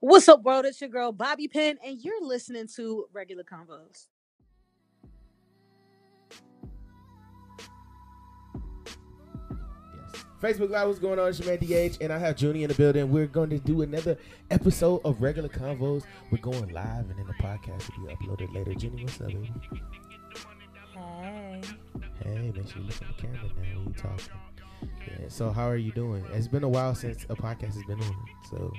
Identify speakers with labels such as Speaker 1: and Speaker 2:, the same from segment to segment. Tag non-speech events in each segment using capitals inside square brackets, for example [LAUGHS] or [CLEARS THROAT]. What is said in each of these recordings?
Speaker 1: What's up, world? It's your girl Bobby Penn, and you're listening to Regular Convos.
Speaker 2: Facebook Live, what's going on? It's your man DH, and I have Junie in the building. We're going to do another episode of Regular Convos. We're going live, and then the podcast will be uploaded later. Junie, what's up, baby?
Speaker 3: Hey.
Speaker 2: Hey, make sure you look at the camera now when you talking. Yeah, so how are you doing? It's been a while since a podcast has been on, so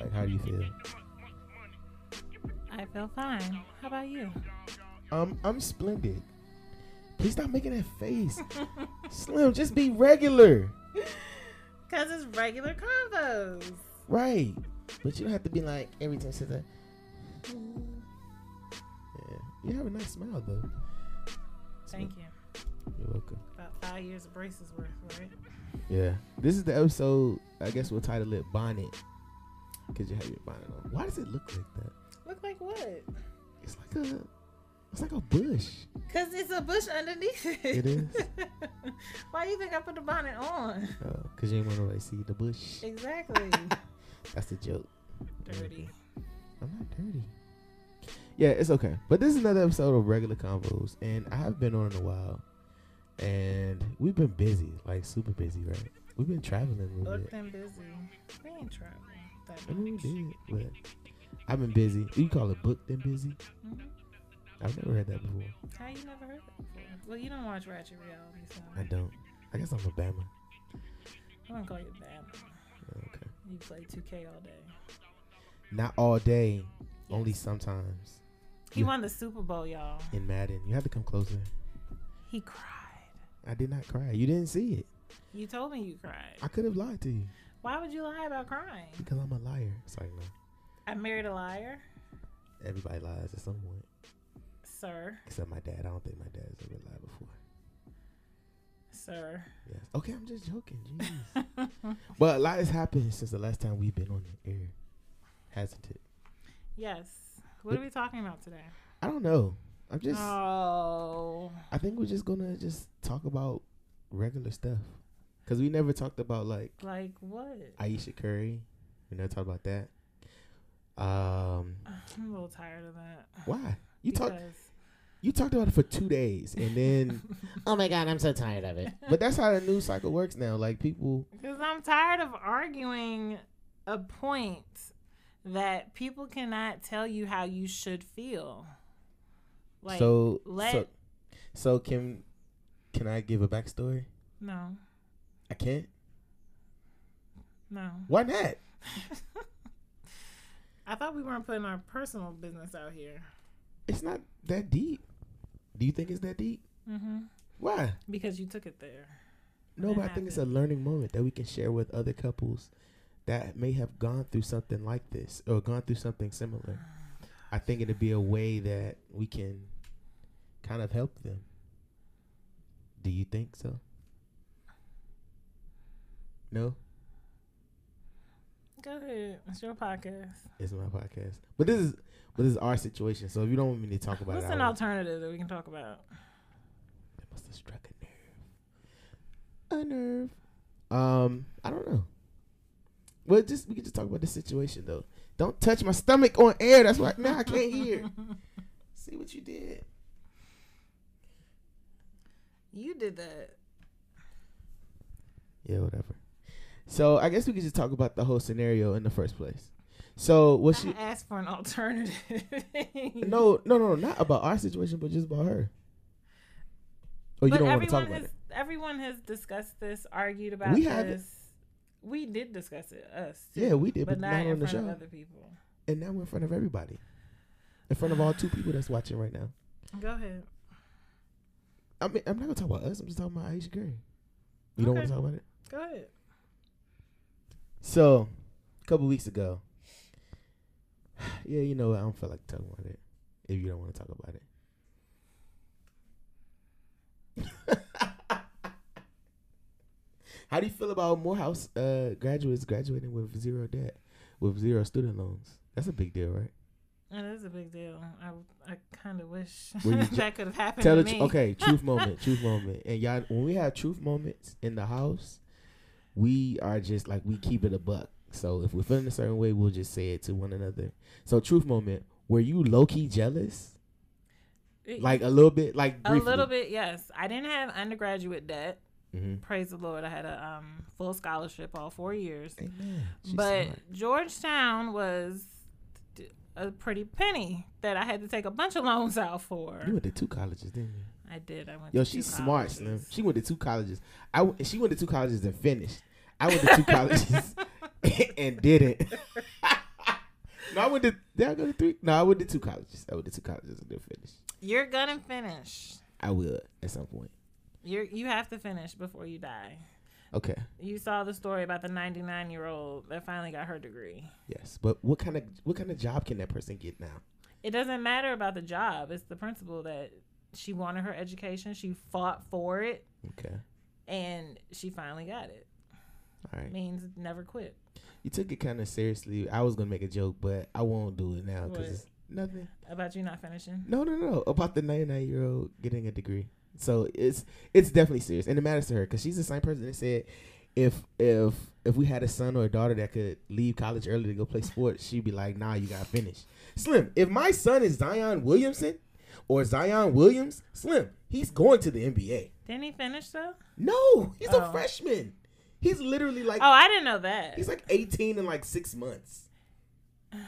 Speaker 2: like, how do you feel?
Speaker 3: I feel fine. How about you?
Speaker 2: Um, I'm splendid. Please stop making that face, Slim. Just be regular,
Speaker 3: Cause it's regular combos.
Speaker 2: right? But you don't have to be like every time since I. Yeah, you have a nice smile though.
Speaker 3: Thank you.
Speaker 2: You're welcome.
Speaker 3: About five years of braces worth, right?
Speaker 2: Yeah. This is the episode, I guess we'll title it Bonnet. Because you have your bonnet on. Why does it look like that?
Speaker 3: Look like what?
Speaker 2: It's like a it's like a bush.
Speaker 3: Cause it's a bush underneath it. [LAUGHS]
Speaker 2: It is.
Speaker 3: Why you think I put the bonnet on?
Speaker 2: Because Oh, you ain't want to like see the bush.
Speaker 3: Exactly.
Speaker 2: That's the joke.
Speaker 3: Dirty.
Speaker 2: I'm not dirty. Yeah, it's okay. But this is another episode of Regular Combos. And I have been on in a while. And we've been busy, like super busy, right? We've been traveling a little bit.
Speaker 3: Booked and busy. We ain't traveling that
Speaker 2: I mean,
Speaker 3: much.
Speaker 2: we did, but I've been busy. You call it booked and busy?
Speaker 3: Mhm.
Speaker 2: I've never heard that before.
Speaker 3: How you never heard that before? Well, you don't watch Ratchet Reality, so
Speaker 2: I don't. I guess I'm a Bama. Oh,
Speaker 3: I wouldn't call you bad.
Speaker 2: Okay.
Speaker 3: You play 2K all day.
Speaker 2: Not all day, only sometimes.
Speaker 3: He
Speaker 2: Yeah.
Speaker 3: won the Super Bowl, y'all.
Speaker 2: In Madden, you have to come closer.
Speaker 3: He cried.
Speaker 2: I did not cry. You didn't see it.
Speaker 3: You told me you cried.
Speaker 2: I could have lied to you
Speaker 3: Why would you lie about crying?
Speaker 2: because I'm a liar. It's like no,
Speaker 3: I married a liar,
Speaker 2: everybody lies at some point,
Speaker 3: sir.
Speaker 2: except my dad. I don't think my dad's ever lied before.
Speaker 3: Sir.
Speaker 2: Yes. Okay, I'm just joking. Jeez. but a lot has happened since the last time we've been on the air, hasn't it?
Speaker 3: yes. What are we talking about today?
Speaker 2: I don't know. I'm just.
Speaker 3: Uh, oh.
Speaker 2: I think we're just gonna just talk about regular stuff because we never talked about like
Speaker 3: Like what?
Speaker 2: Aisha Curry. We never talked about that. Um,
Speaker 3: I'm a little tired of that.
Speaker 2: why you talked
Speaker 3: Because-
Speaker 2: you talked about it for two days and then [LAUGHS] oh my god, I'm so tired of it. But that's how the news cycle works now. Like people,
Speaker 3: Because I'm tired of arguing a point that people cannot tell you how you should feel. Like,
Speaker 2: so
Speaker 3: let-
Speaker 2: so so can can I give a backstory?
Speaker 3: no,
Speaker 2: I can't.
Speaker 3: no. [LAUGHS]
Speaker 2: Why not?
Speaker 3: I thought we weren't putting our personal business out here.
Speaker 2: It's not that deep. Do you think it's that deep?
Speaker 3: Mm-hmm.
Speaker 2: Why?
Speaker 3: Because you took it there.
Speaker 2: No,
Speaker 3: That
Speaker 2: but I think it's a learning moment that we can share with other couples that may have gone through something like this or gone through something similar. I think it'd be a way that we can kind of help them. Do you think so? No,
Speaker 3: Go ahead. It's your podcast.
Speaker 2: it's my podcast, but this is but this is our situation. So if you don't want me to talk about
Speaker 3: What's
Speaker 2: it, I
Speaker 3: an
Speaker 2: won't.
Speaker 3: alternative that we can talk about?
Speaker 2: It must have struck a nerve. A nerve. Um, I don't know. Well, just we can just talk about the situation though. Don't touch my stomach on air. That's why now I can't
Speaker 3: [LAUGHS]
Speaker 2: hear. See what you did.
Speaker 3: You did that.
Speaker 2: Yeah, whatever. So I guess we could just talk about the whole scenario in the first place. So what she?
Speaker 3: I asked for an alternative.
Speaker 2: No, no, no, not about our situation, but just about her. Oh, you
Speaker 3: but
Speaker 2: don't want to
Speaker 3: everyone
Speaker 2: talk about
Speaker 3: has,
Speaker 2: it.
Speaker 3: everyone has discussed this, argued about
Speaker 2: We
Speaker 3: this.
Speaker 2: haven't.
Speaker 3: We did discuss it, us.
Speaker 2: Yeah, we did, but,
Speaker 3: but, not,
Speaker 2: not
Speaker 3: in
Speaker 2: on the
Speaker 3: front of
Speaker 2: show.
Speaker 3: other people.
Speaker 2: And now we're in front of everybody, in front of all two people that's watching right now.
Speaker 3: Go ahead.
Speaker 2: I mean, I'm not gonna talk about us. I'm just talking about Aisha Curry. You don't want to
Speaker 3: Okay.
Speaker 2: talk about it.
Speaker 3: Go ahead.
Speaker 2: So, a couple weeks ago, [SIGHS] yeah, you know what? I don't feel like talking about it. If you don't want to talk about it, [LAUGHS] how do you feel about Morehouse uh, graduates graduating with zero debt, with zero student loans? That's a big deal, right?
Speaker 3: That is a big deal. I, I kind of wish
Speaker 2: Were
Speaker 3: [LAUGHS]
Speaker 2: you ju-
Speaker 3: that could have happened
Speaker 2: Tell
Speaker 3: to
Speaker 2: the
Speaker 3: me.
Speaker 2: tr-
Speaker 3: [LAUGHS]
Speaker 2: okay, truth moment, truth moment, and y'all. When we have truth moments in the house, we are just like we keep it a buck. So if we're feeling a certain way, we'll just say it to one another. So truth moment, were you low key jealous? Like a little bit, like
Speaker 3: a little bit, yes. I didn't have undergraduate debt.
Speaker 2: hmm
Speaker 3: Praise the Lord, I had a um, full scholarship all four years. but Georgetown was d- a pretty penny that I had to take a bunch of loans out for.
Speaker 2: you went to two colleges, didn't you?
Speaker 3: I did. I went.
Speaker 2: Yo,
Speaker 3: to
Speaker 2: she's
Speaker 3: two
Speaker 2: smart, Slim.
Speaker 3: colleges.
Speaker 2: She went to two colleges. I w- she went to two colleges and finished. I went to two colleges [LAUGHS] and didn't. [LAUGHS] no, I went to. Did I go to three? No, I went to two colleges. I went to two colleges and didn't finish.
Speaker 3: You're gonna finish.
Speaker 2: I will at some point.
Speaker 3: You you have to finish before you die.
Speaker 2: Okay.
Speaker 3: You saw the story about the 99 year old that finally got her degree.
Speaker 2: Yes, but what kind of what kind of job can that person get now?
Speaker 3: It doesn't matter about the job. It's the principle that she wanted her education. She fought for it,
Speaker 2: Okay.
Speaker 3: and she finally got it.
Speaker 2: All right.
Speaker 3: Means never quit.
Speaker 2: You took it kind of seriously. I was gonna make a joke, but I won't do it now
Speaker 3: What?
Speaker 2: because it's nothing.
Speaker 3: About you not finishing.
Speaker 2: No, no, no. About the ninety-nine year old getting a degree. So it's it's definitely serious, and it matters to her because she's the same person that said, if if if we had a son or a daughter that could leave college early to go play sports, she'd be like, nah, you gotta finish. Slim, if my son is Zion Williamson or Zion Williams, Slim, he's going to the NBA.
Speaker 3: Didn't he finish though?
Speaker 2: No, he's a
Speaker 3: Oh.
Speaker 2: freshman. He's literally like
Speaker 3: Oh, I didn't know that.
Speaker 2: he's like eighteen in like six months.
Speaker 3: Okay,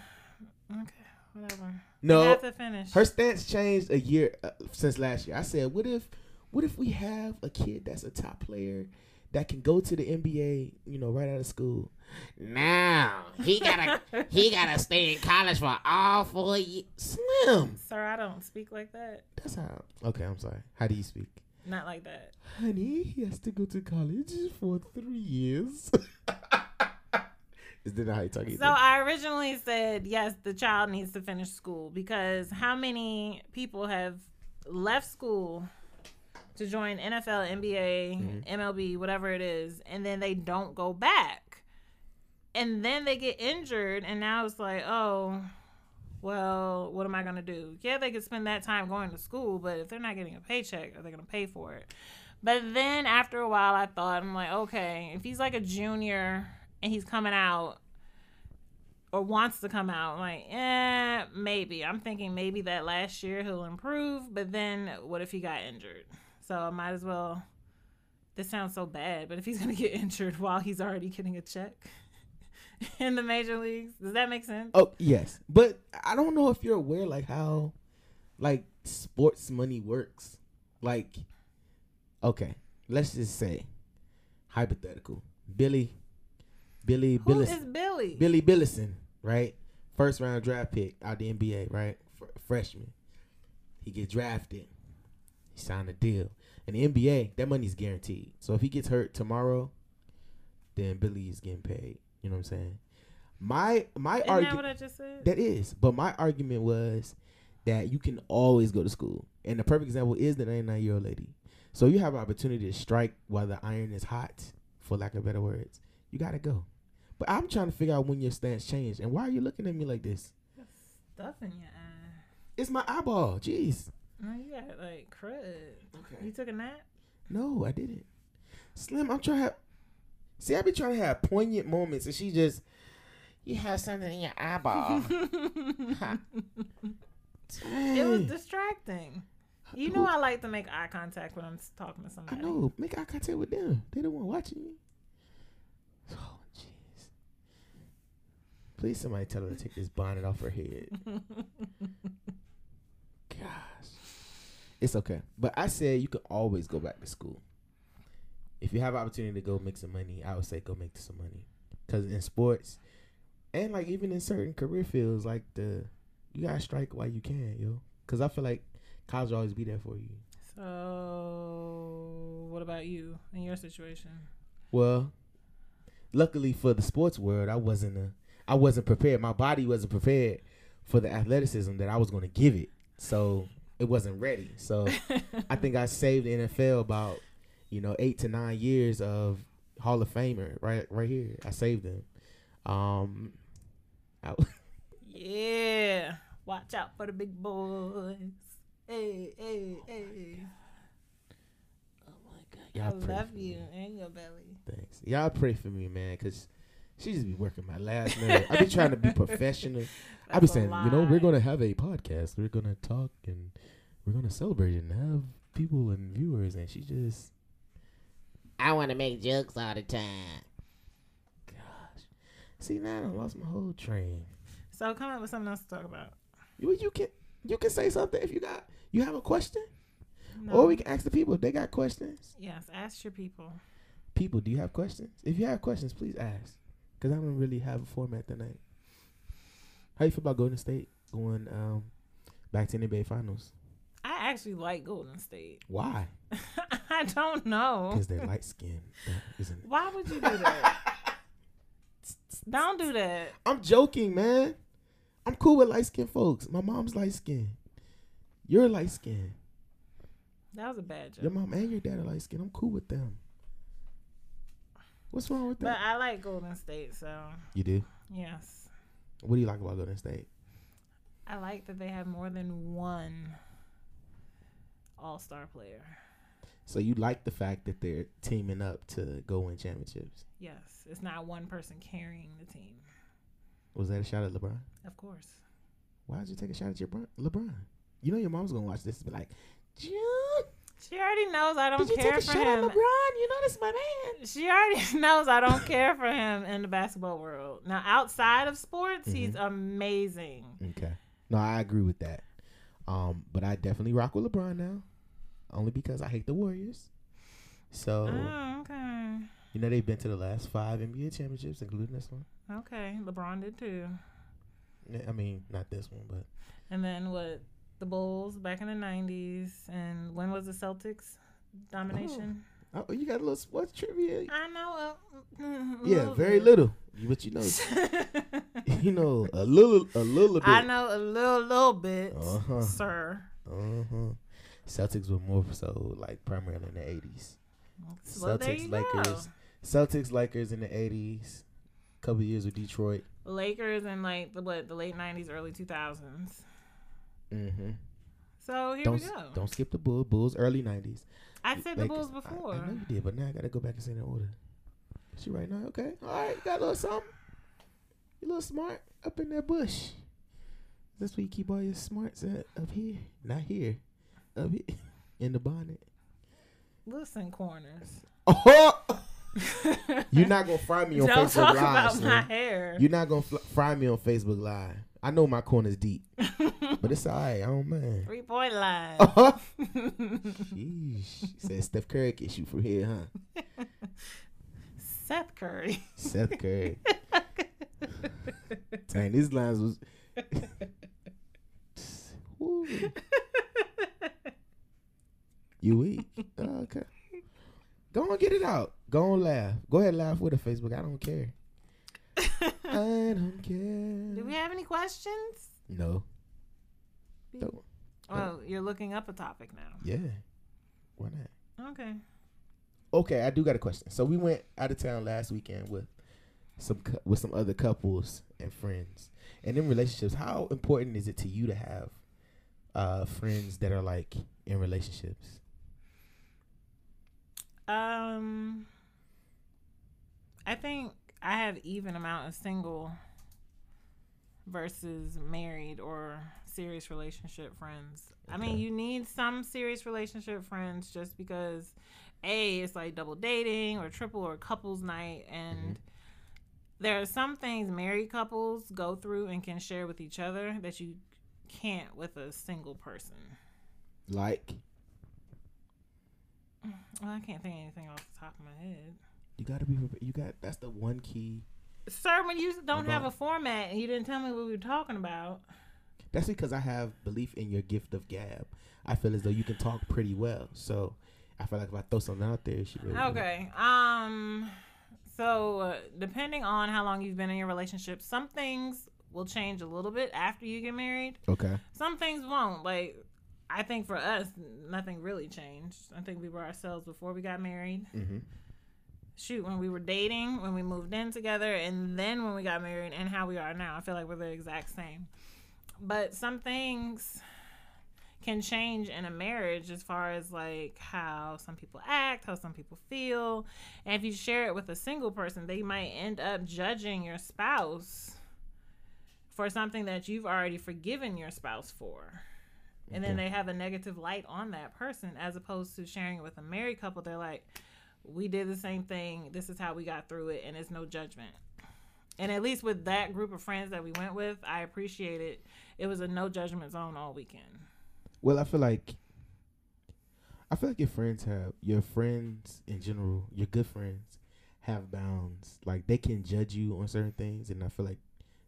Speaker 3: whatever.
Speaker 2: No,
Speaker 3: You have to finish.
Speaker 2: Her stance changed a year uh, since last year. I said, "What if, what if we have a kid that's a top player that can go to the NBA, you know, right out of school? Now he [LAUGHS] gotta, he gotta stay in college for all four years. Slim,
Speaker 3: Sir, I don't speak like that.
Speaker 2: that's how. Okay, I'm sorry. How do you speak,
Speaker 3: Not like that.
Speaker 2: honey? He has to go to college for three years. [LAUGHS] Is that not how you talk?
Speaker 3: So I originally said yes, the child needs to finish school because how many people have left school to join NFL, NBA, MLB, whatever it is, and then they don't go back. And then they get injured and now it's like, "Oh, well, what am I going to do?" Yeah, they could spend that time going to school, but if they're not getting a paycheck, are they going to pay for it? But then after a while, I thought, I'm like, okay, if he's like a junior and he's coming out or wants to come out, I'm like, eh, maybe. I'm thinking maybe that last year he'll improve, but then what if he got injured? So I might as well. This sounds so bad, but if he's [LAUGHS] going to get injured while he's already getting a check [LAUGHS] in the major leagues, does that make sense?
Speaker 2: Oh yes, but I don't know if you're aware like how, like sports money works. Like, okay, let's just say, hypothetical, Billy, Billy,
Speaker 3: Who
Speaker 2: Billis,
Speaker 3: is Billy?
Speaker 2: Billy Billison, right? First round draft pick out the NBA, right? Fr- freshman, he get drafted, he signed a deal. In the NBA, that money's guaranteed. So if he gets hurt tomorrow, then Billy is getting paid. You know what I'm saying? My my
Speaker 3: Isn't that
Speaker 2: argument.
Speaker 3: what I just said?
Speaker 2: That is. But my argument was that you can always go to school. And the perfect example is the 99 year old lady. So you have an opportunity to strike while the iron is hot, for lack of better words. You got to go. But I'm trying to figure out when your stance changed. And why are you looking at me like this?
Speaker 3: Stuff in your eye.
Speaker 2: It's my eyeball. Jeez.
Speaker 3: No, you got like crud. You
Speaker 2: Okay.
Speaker 3: took a nap?
Speaker 2: No, I didn't. Slim, I'm trying to have. See, I be trying to have poignant moments, and she just. You have something in your eyeball.
Speaker 3: [LAUGHS]
Speaker 2: [LAUGHS]
Speaker 3: it was
Speaker 2: Dang.
Speaker 3: distracting. You know I like to make eye contact when I'm s- talking to
Speaker 2: I
Speaker 3: somebody.
Speaker 2: know. Make eye contact with them. They the one watching you. Oh, jeez. Please, somebody tell her to take this bonnet off her head. Gosh, it's okay. But I said you can always go back to school. If you have an opportunity to go make some money, I would say go make some money. Cause in sports, and like even in certain career fields, like the you gotta strike while you can, yo. Cause I feel like college will always be there for you.
Speaker 3: [LAUGHS] So, what about you in your situation?
Speaker 2: Well, luckily for the sports world, I wasn't a, I wasn't prepared. My body wasn't prepared for the athleticism that I was going to give it, so it wasn't ready. So I think I saved the NFL about you know eight to nine years of Hall of Famer right right here. I saved them. Um, I,
Speaker 3: Yeah. Watch out for the big boys. Hey, hey, hey.
Speaker 2: y'all
Speaker 3: I
Speaker 2: pray
Speaker 3: love
Speaker 2: for me.
Speaker 3: you and your belly.
Speaker 2: Thanks. Y'all pray for me, man, because She just be working my last nerve. I be trying to be professional. I be
Speaker 3: That's a
Speaker 2: saying, you know, we're
Speaker 3: lie.
Speaker 2: gonna have a podcast. We're gonna talk and we're gonna celebrate and have people and viewers. And she just, I want to make jokes all the time. Gosh, see now I done lost my whole train.
Speaker 3: So come up with something else to talk about.
Speaker 2: You you can you can say something if you got you have a question,
Speaker 3: No.
Speaker 2: or Oh, we can ask the people if they got questions.
Speaker 3: Yes, ask your people.
Speaker 2: People, do you have questions? If you have questions, please ask. Cause I don't really have a format tonight. How you feel about Golden State going um, back to NBA Finals?
Speaker 3: I actually like Golden State. [LAUGHS]
Speaker 2: Why?
Speaker 3: I don't know.
Speaker 2: Because they're light skinned. isn't it?
Speaker 3: Why would you do that? [LAUGHS] don't do that.
Speaker 2: I'm joking, man. I'm cool with light skinned folks. My mom's light skinned. You're light skinned.
Speaker 3: That was a bad
Speaker 2: Your
Speaker 3: joke.
Speaker 2: mom and your dad are light skinned. I'm cool with them. What's wrong with
Speaker 3: But
Speaker 2: that?
Speaker 3: I like Golden State, so
Speaker 2: you do.
Speaker 3: yes.
Speaker 2: What do you like about Golden State?
Speaker 3: I like that they have more than one all star player.
Speaker 2: So you like the fact that they're teaming up to go win championships.
Speaker 3: Yes. It's not one person carrying the team.
Speaker 2: Was that a shot at LeBron?
Speaker 3: Of course.
Speaker 2: Why did you take a shot at your bron- LeBron? You know your mom's gonna watch this and be like, June,
Speaker 3: She already knows I don't
Speaker 2: did you
Speaker 3: care
Speaker 2: take a
Speaker 3: for
Speaker 2: shot at
Speaker 3: him.
Speaker 2: LeBron? You know this is my man.
Speaker 3: She already [LAUGHS] knows I don't care for him in the basketball world. Now, outside of sports, he's
Speaker 2: Mm-hmm.
Speaker 3: amazing.
Speaker 2: Okay. No, I agree with that. Um, but I definitely rock with LeBron now, only because I hate the Warriors. So
Speaker 3: Oh, okay.
Speaker 2: you know they've been to the last five NBA championships, including this one.
Speaker 3: Okay. LeBron did too.
Speaker 2: Yeah, I mean, not this one, but
Speaker 3: And then what? The Bulls back in the 90s. And when was the Celtics domination?
Speaker 2: oh, you got a little sports trivia.
Speaker 3: I know. A, mm,
Speaker 2: Oh. Yeah,
Speaker 3: little
Speaker 2: very
Speaker 3: bit. [LAUGHS]
Speaker 2: little, but you know, [LAUGHS] you know a little, a little bit.
Speaker 3: I know a little, little bit,
Speaker 2: Uh-huh.
Speaker 3: sir.
Speaker 2: Uh-huh. Celtics were more so like primarily in the eighties.
Speaker 3: Well, there
Speaker 2: Celtics,
Speaker 3: you
Speaker 2: Lakers, Celtics, Lakers in the eighties. Couple years with Detroit.
Speaker 3: go. Lakers in like the what? The late 90s, early 2000s.
Speaker 2: Mm-hmm.
Speaker 3: So here
Speaker 2: Don't
Speaker 3: we
Speaker 2: s-
Speaker 3: go.
Speaker 2: don't skip the Bulls. Bulls early nineties.
Speaker 3: I said the Bulls
Speaker 2: I-
Speaker 3: before.
Speaker 2: I, know you did, but now I gotta go back and say that order. She right now, okay. All right, you got a little something. You a little smart up in that bush. That's where you keep all your smarts at up here. Not here. Up here. [LAUGHS] In the bonnet. [LAUGHS]
Speaker 3: Listen, corners.
Speaker 2: Oh, [LAUGHS] you're not gonna find me on
Speaker 3: Don't
Speaker 2: Facebook
Speaker 3: talk
Speaker 2: Live.
Speaker 3: about
Speaker 2: son.
Speaker 3: my hair.
Speaker 2: You're not gonna fl- find me on Facebook Live. I know my corner's deep,
Speaker 3: [LAUGHS]
Speaker 2: but it's alright. I don't mind.
Speaker 3: Three point line. [LAUGHS]
Speaker 2: Oh. Sheesh. Said Steph Curry can shoot from here, huh?
Speaker 3: Seth Curry.
Speaker 2: Seth Curry. Dang, these lines was. Woo.
Speaker 3: [LAUGHS]
Speaker 2: you weak. Oh, okay. Go on, get it out. Go on, laugh. Go ahead, laugh with a Facebook. I don't care. I don't
Speaker 3: [LAUGHS] Do we
Speaker 2: care.
Speaker 3: have any questions?
Speaker 2: No. Don't.
Speaker 3: Oh, you're looking up a topic now.
Speaker 2: Yeah. Why not?
Speaker 3: Okay.
Speaker 2: okay, I do got a question. So we went out of town last weekend with some cou- with some other couples and friends. And in relationships, how important is it to you to have uh, friends that are like in relationships?
Speaker 3: Um, I think I have even amount of single versus married or serious relationship friends. I mean,
Speaker 2: Okay.
Speaker 3: you need some serious relationship friends just because a it's like double dating or triple or couples night and. There are some things married couples go through and can share with each other that you can't with a single person.
Speaker 2: Like
Speaker 3: Well, I can't think of anything off the top of my head.
Speaker 2: you gotta be prepared. You got that's the one key.
Speaker 3: Sir, when you don't have a
Speaker 2: About-
Speaker 3: format and you didn't tell me what we were talking about,
Speaker 2: That's because I have belief in your gift of gab. I feel as though you can talk pretty well. So I feel like if I throw something out there, it should really
Speaker 3: Okay. Um. So uh, depending on how long you've been in your relationship, some things will change a little bit after you get married.
Speaker 2: Okay.
Speaker 3: Some things won't. Like I think for us, nothing really changed. I think we were ourselves before we got married.
Speaker 2: Mm-hmm.
Speaker 3: Shoot, when we were dating, when we moved in together, and then when we got married, and how we are now, I feel like we're the exact same. But some things can change in a marriage as far as like how some people act, how some people feel. And if you share it with a single person, they might end up judging your spouse for something that you've already forgiven your spouse for. And then
Speaker 2: Okay.
Speaker 3: they have a negative light on that person as opposed to sharing it with a married couple. They're like, we did the same thing. This is how we got through it, and it's no judgment. And at least with that group of friends that we went with, I appreciate it. It was a no judgment zone all weekend.
Speaker 2: Well, I feel like I feel like your friends have your friends in general, your good friends have bounds. Like they can judge you on certain things and I feel like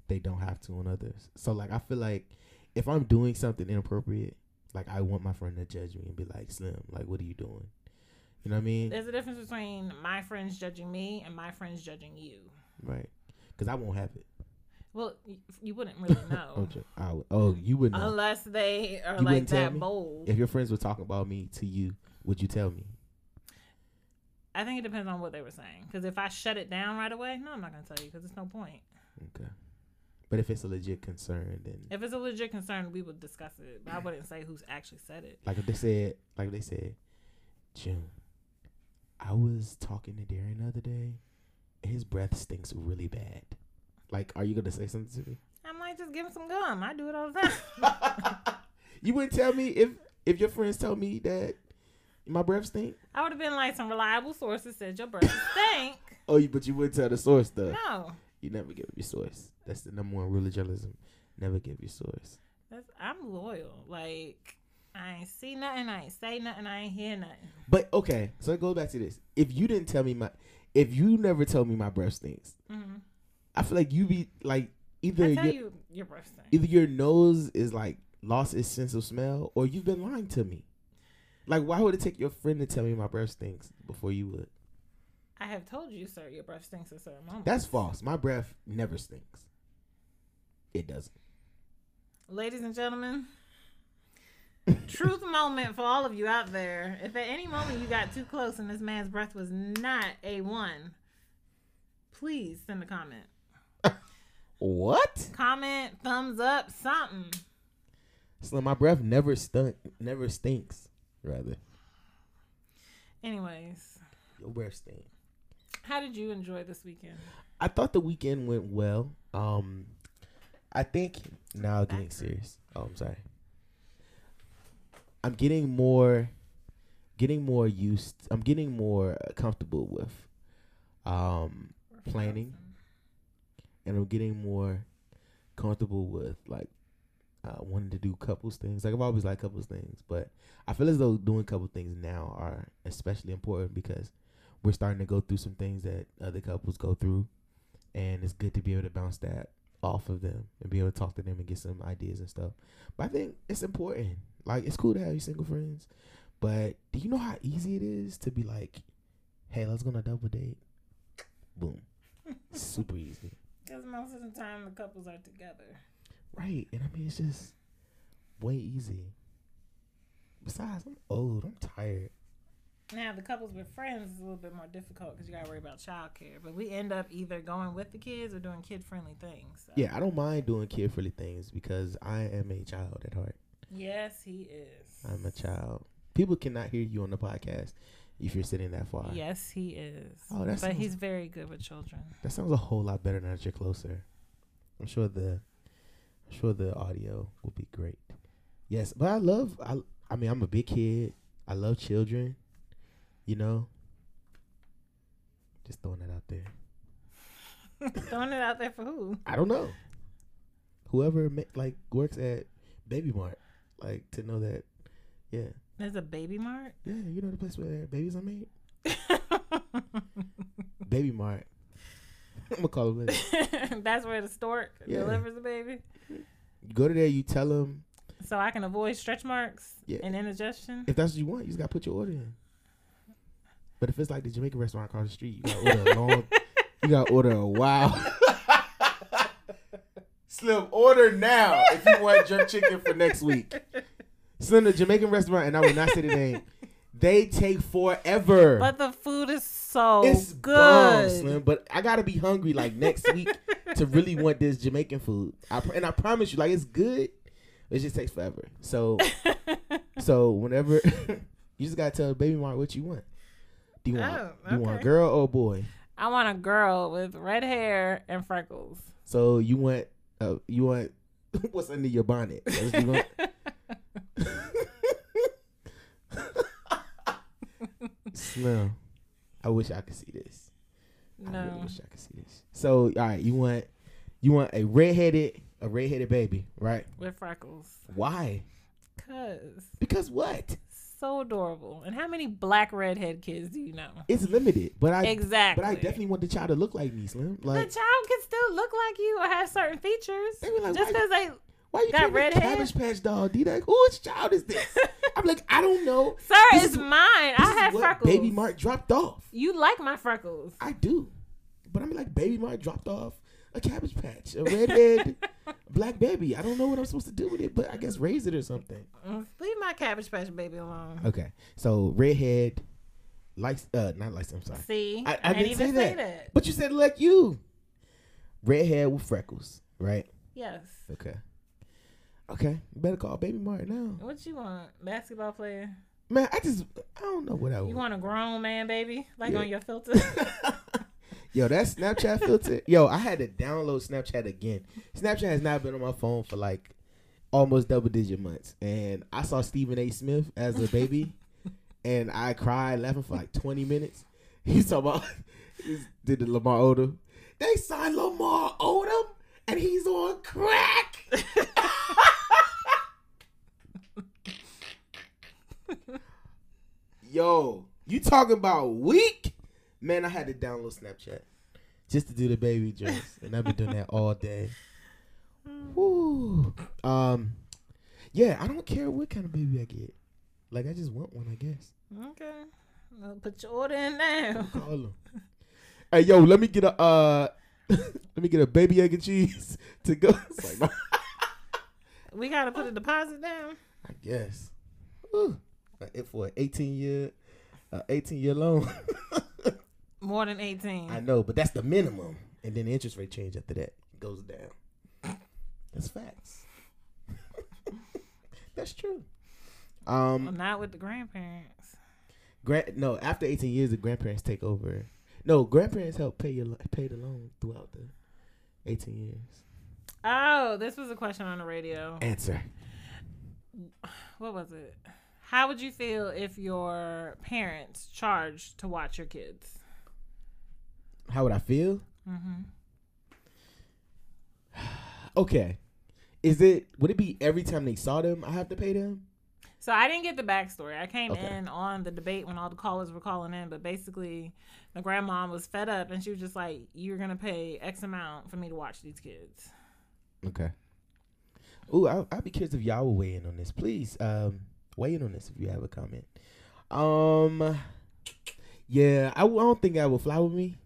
Speaker 2: they don't have to on others. So like I feel like if I'm doing something inappropriate, like I want my friend to judge me and be like, "Slim, like what are you doing?" You know what I mean?
Speaker 3: There's a difference between my friends judging me and my friends judging you.
Speaker 2: right. Cuz I won't have it.
Speaker 3: Well, y- you wouldn't
Speaker 2: [LAUGHS]
Speaker 3: really
Speaker 2: Oh,
Speaker 3: know
Speaker 2: ju- I would- oh, you would know.
Speaker 3: unless they are
Speaker 2: You
Speaker 3: like
Speaker 2: wouldn't tell
Speaker 3: that
Speaker 2: me?
Speaker 3: bold.
Speaker 2: if your friends were talking about me to you, would you tell me?
Speaker 3: I think it depends on what they were saying. Because if I shut it down right away, no, I'm not gonna tell you because it's no point.
Speaker 2: Okay. But if it's a legit concern, then
Speaker 3: If it's a legit concern, we would discuss it. But I wouldn't say who's actually said it.
Speaker 2: Like if they said, like if they said, June, I was talking to Darren the other day, and his breath stinks really bad. Like, are you gonna say something [LAUGHS] to me?
Speaker 3: I might just give him some gum. I do it all the time.
Speaker 2: [LAUGHS] you wouldn't tell me if if your friends tell me that my breath stink.
Speaker 3: I would have been like some reliable sources said your breath stink.
Speaker 2: Oh, you, but you would tell the source though.
Speaker 3: No,
Speaker 2: You never give your source. That's the number one rule of journalism. Never give your source.
Speaker 3: that's, I'm loyal. Like I ain't see nothing, I ain't say nothing, I ain't hear nothing.
Speaker 2: But okay, so it goes back to this. If you didn't tell me my, if you never told me my breath stinks,
Speaker 3: Mm-hmm.
Speaker 2: I feel like you be like either
Speaker 3: I tell
Speaker 2: your-
Speaker 3: you your breath stinks.
Speaker 2: either your nose is like lost its sense of smell or you've been lying to me. Like, why would it take your friend to tell me my breath stinks before you would?
Speaker 3: I have told you, sir, your breath stinks at certain moments.
Speaker 2: That's false. My breath never stinks. It doesn't.
Speaker 3: Ladies and gentlemen, truth moment for all of you out there. If at any moment you got too close and this man's breath was not a one, please send a comment.
Speaker 2: What?
Speaker 3: Comment, thumbs up, something.
Speaker 2: Slim, my breath never stunk. Never stinks. Rather,
Speaker 3: Anyways,
Speaker 2: your breath stinks.
Speaker 3: how did you enjoy this weekend?
Speaker 2: I thought the weekend went well. Um, I think now getting
Speaker 3: Backwards.
Speaker 2: serious. Oh, I'm sorry. I'm getting more, getting more used. I'm getting more uh, comfortable with, um, Planning. and I'm getting more comfortable with like uh, wanting to do couples things. Like I've always liked couples things, but I feel as though doing couple things now are especially important because we're starting to go through some things that other couples go through, and it's good to be able to bounce that off of them and be able to talk to them and get some ideas and stuff. But I think it's important. Like it's cool to have your single friends, but do you know how easy it is to be like, "Hey, let's go on a double date." Boom, super easy.
Speaker 3: Because most of the time the couples are together.
Speaker 2: Right, and I mean it's just way easy. Besides, I'm old. I'm tired.
Speaker 3: Now the couples with friends is a little bit more difficult because you gotta worry about childcare. But we end up either going with the kids or doing kid friendly things. so.
Speaker 2: Yeah, I don't mind doing kid friendly things because I am a child at heart.
Speaker 3: Yes, he is.
Speaker 2: I'm a child. People cannot hear you on the podcast if you're sitting that far.
Speaker 3: Yes, he is.
Speaker 2: Oh, that
Speaker 3: but
Speaker 2: sounds-
Speaker 3: he's very good with children. [LAUGHS]
Speaker 2: That sounds a whole lot better now that you're closer. I'm sure the I'm sure the audio will be great. Yes, but I love I I mean I'm a big kid. I love children. You know? Just throwing that out there.
Speaker 3: Throwing it out there for who?
Speaker 2: I don't know. Whoever ma- like works at Baby Mart, like to know that, yeah,
Speaker 3: There's a baby mart. [LAUGHS]
Speaker 2: yeah, you know the place where babies are made. Baby Mart. [LAUGHS] I'm gonna call them. Later.
Speaker 3: That's where the stork
Speaker 2: Yeah.
Speaker 3: delivers the baby.
Speaker 2: You go to there, you tell them
Speaker 3: So I can avoid stretch marks
Speaker 2: Yeah.
Speaker 3: and indigestion.
Speaker 2: if that's what you want. You just gotta put your order in. But if it's like the Jamaican restaurant across the street, you gotta order a long. you gotta order a while. [LAUGHS] Slim, order now if you want jerk chicken for next week. Slim, the Jamaican restaurant, and I will not say the name. They take forever.
Speaker 3: But the food is so
Speaker 2: it's
Speaker 3: good.
Speaker 2: bomb, Slim. But I gotta be hungry like next week to really want this Jamaican food. I, pr- and I promise you, like it's good, It just takes forever. So
Speaker 3: [LAUGHS]
Speaker 2: so whenever [LAUGHS] you just gotta tell baby Mark what you want. Do you want
Speaker 3: Oh,
Speaker 2: do you want a
Speaker 3: okay.
Speaker 2: girl or a boy?
Speaker 3: I want a girl with red hair and
Speaker 2: [LAUGHS]
Speaker 3: freckles. [LAUGHS]
Speaker 2: So you want uh you want [LAUGHS] what's under your bonnet? That's what you
Speaker 3: [LAUGHS]
Speaker 2: want? Smell. I wish I could see this. I really
Speaker 3: no.
Speaker 2: wish I could see this. So all right, you want you want a redheaded a redheaded baby, right?
Speaker 3: With freckles.
Speaker 2: Why?
Speaker 3: Cause
Speaker 2: Because what?
Speaker 3: so adorable. And how many black redhead kids do you know?
Speaker 2: It's limited, but I
Speaker 3: exactly.
Speaker 2: but I definitely want the child to look like me, Slim.
Speaker 3: the
Speaker 2: Like
Speaker 3: child can still look like you or have certain features.
Speaker 2: They be like,
Speaker 3: just
Speaker 2: why-
Speaker 3: because they
Speaker 2: [LAUGHS] why you
Speaker 3: got
Speaker 2: got
Speaker 3: red
Speaker 2: red
Speaker 3: hair?
Speaker 2: Cabbage Patch doll, D like, whose child is
Speaker 3: [LAUGHS]
Speaker 2: this? I'm like, I don't know.
Speaker 3: Sir,
Speaker 2: This
Speaker 3: it's
Speaker 2: is-
Speaker 3: mine. I
Speaker 2: This is
Speaker 3: have
Speaker 2: what
Speaker 3: freckles.
Speaker 2: Baby Mark dropped off.
Speaker 3: You like my freckles.
Speaker 2: I do. But I'm like, Baby Mark dropped off a cabbage patch, a
Speaker 3: [LAUGHS]
Speaker 2: redhead black baby. I don't know what I'm supposed to do with it, but I guess raise it or something.
Speaker 3: Mm, Leave my cabbage patch baby alone.
Speaker 2: Okay. So redhead likes uh not likes I'm sorry.
Speaker 3: See,
Speaker 2: I, I, didn't
Speaker 3: didn't
Speaker 2: say
Speaker 3: even
Speaker 2: that.
Speaker 3: say that.
Speaker 2: But you said like you. Redhead with freckles, right?
Speaker 3: Yes.
Speaker 2: Okay. Okay. Better call Baby Mark now.
Speaker 3: What you want? Basketball player?
Speaker 2: Man, I just I don't know what I
Speaker 3: You
Speaker 2: want.
Speaker 3: want a grown man, baby? Like
Speaker 2: Oh. Yeah.
Speaker 3: on
Speaker 2: [LAUGHS]
Speaker 3: your filter?
Speaker 2: Yo, that Snapchat filter. Yo, I had to download Snapchat again. Snapchat has not been on my phone for like almost double digit months. And I saw Stephen A. Smith as a baby and I cried laughing for like twenty minutes. He's talking about he did the Lamar Odom. They signed Lamar Odom and he's on crack. Yo, you talking about weak? Man, I had to download Snapchat just to do the baby dress, and I've been doing that all day. Woo. Um, yeah, I don't care what kind of baby I get. Like, I just want one, I guess.
Speaker 3: okay. Well, put your order in
Speaker 2: [LAUGHS]
Speaker 3: now.
Speaker 2: Call 'em. Hey, yo, let me get a uh, [LAUGHS] let me get a baby egg and cheese [LAUGHS] to go. It's like, no,
Speaker 3: We gotta put a deposit down.
Speaker 2: I guess. Woo. Like, it for an eighteen year, uh, eighteen year loan. [LAUGHS]
Speaker 3: More than eighteen.
Speaker 2: I know, but that's the minimum. And then the interest rate change after that It goes down. That's facts. [LAUGHS] that's true.
Speaker 3: well,
Speaker 2: Um,
Speaker 3: not with the grandparents.
Speaker 2: grant no. After eighteen years, the grandparents take over. No, grandparents help pay your lo- pay the loan throughout the eighteen years.
Speaker 3: Oh, this was a question on the radio.
Speaker 2: Answer.
Speaker 3: What was it? How would you feel if your parents charged to watch your kids?
Speaker 2: How would I feel?
Speaker 3: Mm-hmm.
Speaker 2: [SIGHS] Okay. Is it? Would it be every time they saw them? I have to pay them.
Speaker 3: So I didn't get the backstory. I came
Speaker 2: Okay.
Speaker 3: in on the debate when all the callers were calling in, but basically, the grandma was fed up and she was just like, "You're gonna pay X amount for me to watch these kids."
Speaker 2: Okay. Ooh, I, I'd be curious if y'all will weigh in on this. Please, um, weigh in on this if you have a comment. Um, yeah, I, w- I don't think that would fly with me.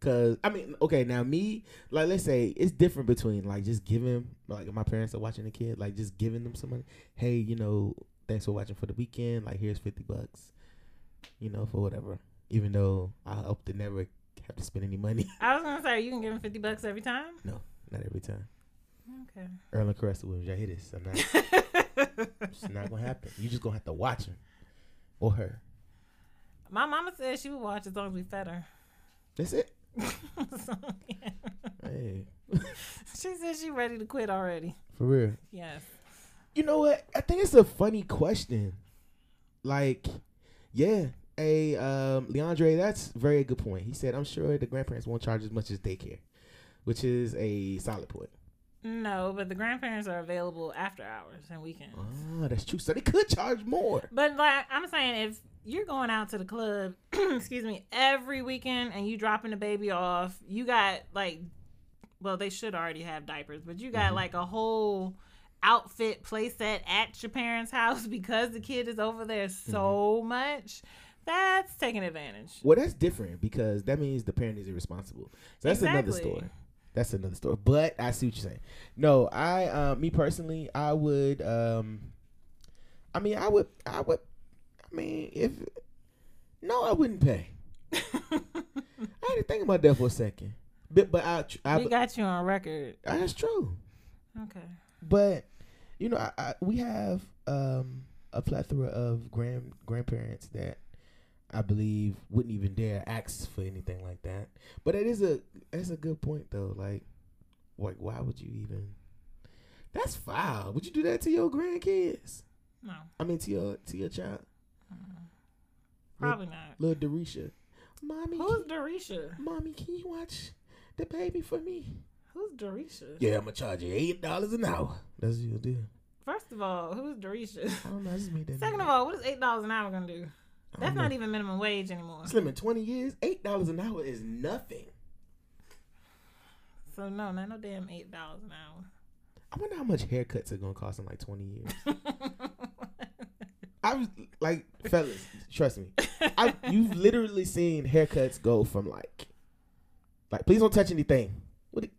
Speaker 2: Cause I mean, okay, now me, like, let's say it's different between like just giving, like, if my parents are watching the kid, like just giving them some money. Hey, you know, thanks for watching for the weekend. Like, here's fifty bucks, you know, for whatever. Even though I hope to never have to spend any money. [LAUGHS]
Speaker 3: I was gonna say, "You can give them fifty bucks every time."
Speaker 2: Not every time.
Speaker 3: Okay.
Speaker 2: Erlen Caressa Williams, y'all hear this? I'm not.
Speaker 3: [LAUGHS]
Speaker 2: [LAUGHS] It's not gonna happen. You just gonna have to watch him or her.
Speaker 3: My mama said she would watch as long as we fed her.
Speaker 2: That's it.
Speaker 3: So, yeah.
Speaker 2: Hey,
Speaker 3: She said she ready to quit already.
Speaker 2: for real.
Speaker 3: Yes.
Speaker 2: You know what? I think it's a funny question. Like, yeah. Hey, um, Leandre, that's a very good point. He said, "I'm sure the grandparents won't charge as much as daycare," which is a solid point.
Speaker 3: No, but the grandparents are available after hours and weekends.
Speaker 2: Ah, that's true. So they could charge more.
Speaker 3: But like I'm saying, if you're going out to the club, [CLEARS THROAT] excuse me, every weekend and you dropping the baby off, you got like, well, they should already have diapers, but you got
Speaker 2: Mhm.
Speaker 3: like a whole outfit playset at your parents' [LAUGHS] house because the kid is over there so much. That's taking advantage.
Speaker 2: Well, that's different because that means the parent is irresponsible. So that's another
Speaker 3: Exactly.
Speaker 2: story. That's another story. But I see what you're saying. No, I, uh, me personally, I would. um I mean, I would. I would. I mean, if no, I wouldn't pay.
Speaker 3: [LAUGHS]
Speaker 2: I had to think about that for a second. But but I, tr- I,
Speaker 3: we got you on record.
Speaker 2: I that's true.
Speaker 3: Okay.
Speaker 2: But you know, I, I, we have um, a plethora of grand grandparents that I believe wouldn't even dare ask for anything like that. But that is a that's a good point though. Like, like why would you even? That's foul. Would you do that to your grandkids?
Speaker 3: No,
Speaker 2: I mean, to your to your child,
Speaker 3: probably not.
Speaker 2: little Derisha. Mommy,
Speaker 3: Who's Dorisha?
Speaker 2: mommy, can you watch the baby for me?
Speaker 3: Who's Dorisha?
Speaker 2: Yeah, I'm gonna charge you eight dollars an hour. That's what you'll do.
Speaker 3: First of all, who's Dorisha?
Speaker 2: I don't know. I just made that.
Speaker 3: [LAUGHS] Second of all, what is eight dollars an hour gonna do? That's not even minimum wage anymore.
Speaker 2: Slim in twenty years, eight dollars an hour is nothing.
Speaker 3: So no, not no damn eight dollars an hour.
Speaker 2: I wonder how much haircuts are gonna cost in like twenty years. [LAUGHS] I was like, fellas, trust me. I you've literally seen haircuts go from like, like please don't touch anything. What? the-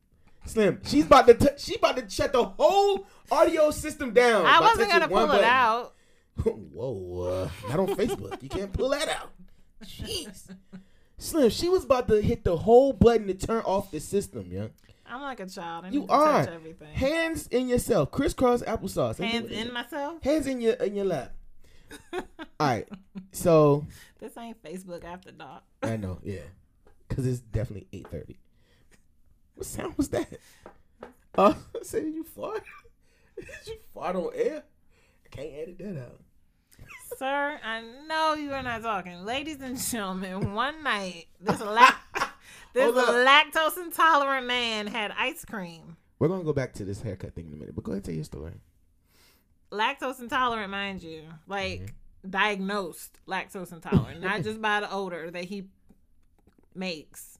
Speaker 2: Slim, she's about to t- she about to shut the whole audio system down.
Speaker 3: I
Speaker 2: by
Speaker 3: wasn't
Speaker 2: touching
Speaker 3: gonna
Speaker 2: one
Speaker 3: pull it
Speaker 2: button.
Speaker 3: out.
Speaker 2: [LAUGHS] Whoa, uh, not on Facebook. You can't pull that out. Jeez. Slim, she was about to hit the whole button to turn off the system, yeah.
Speaker 3: I'm like a child. I
Speaker 2: You
Speaker 3: need to
Speaker 2: are.
Speaker 3: touch everything.
Speaker 2: Hands in yourself, crisscross applesauce. They do
Speaker 3: Hands
Speaker 2: it.
Speaker 3: in myself.
Speaker 2: hands in your in your
Speaker 3: [LAUGHS]
Speaker 2: lap. All right, so
Speaker 3: This ain't Facebook after dark.
Speaker 2: I know, yeah, because it's definitely eight thirty. What sound was that? [LAUGHS] Uh, [LAUGHS] say did you fart? [LAUGHS] did you fart on air? I can't edit that out.
Speaker 3: Sir, I know you are not talking. Ladies and gentlemen, one night this lac
Speaker 2: [LAUGHS]
Speaker 3: this
Speaker 2: Hold up.
Speaker 3: lactose intolerant man had ice cream.
Speaker 2: We're gonna go back to this haircut thing in a minute, but go ahead and tell your story.
Speaker 3: Lactose intolerant, mind you, like diagnosed lactose intolerant, not just by the odor that he makes.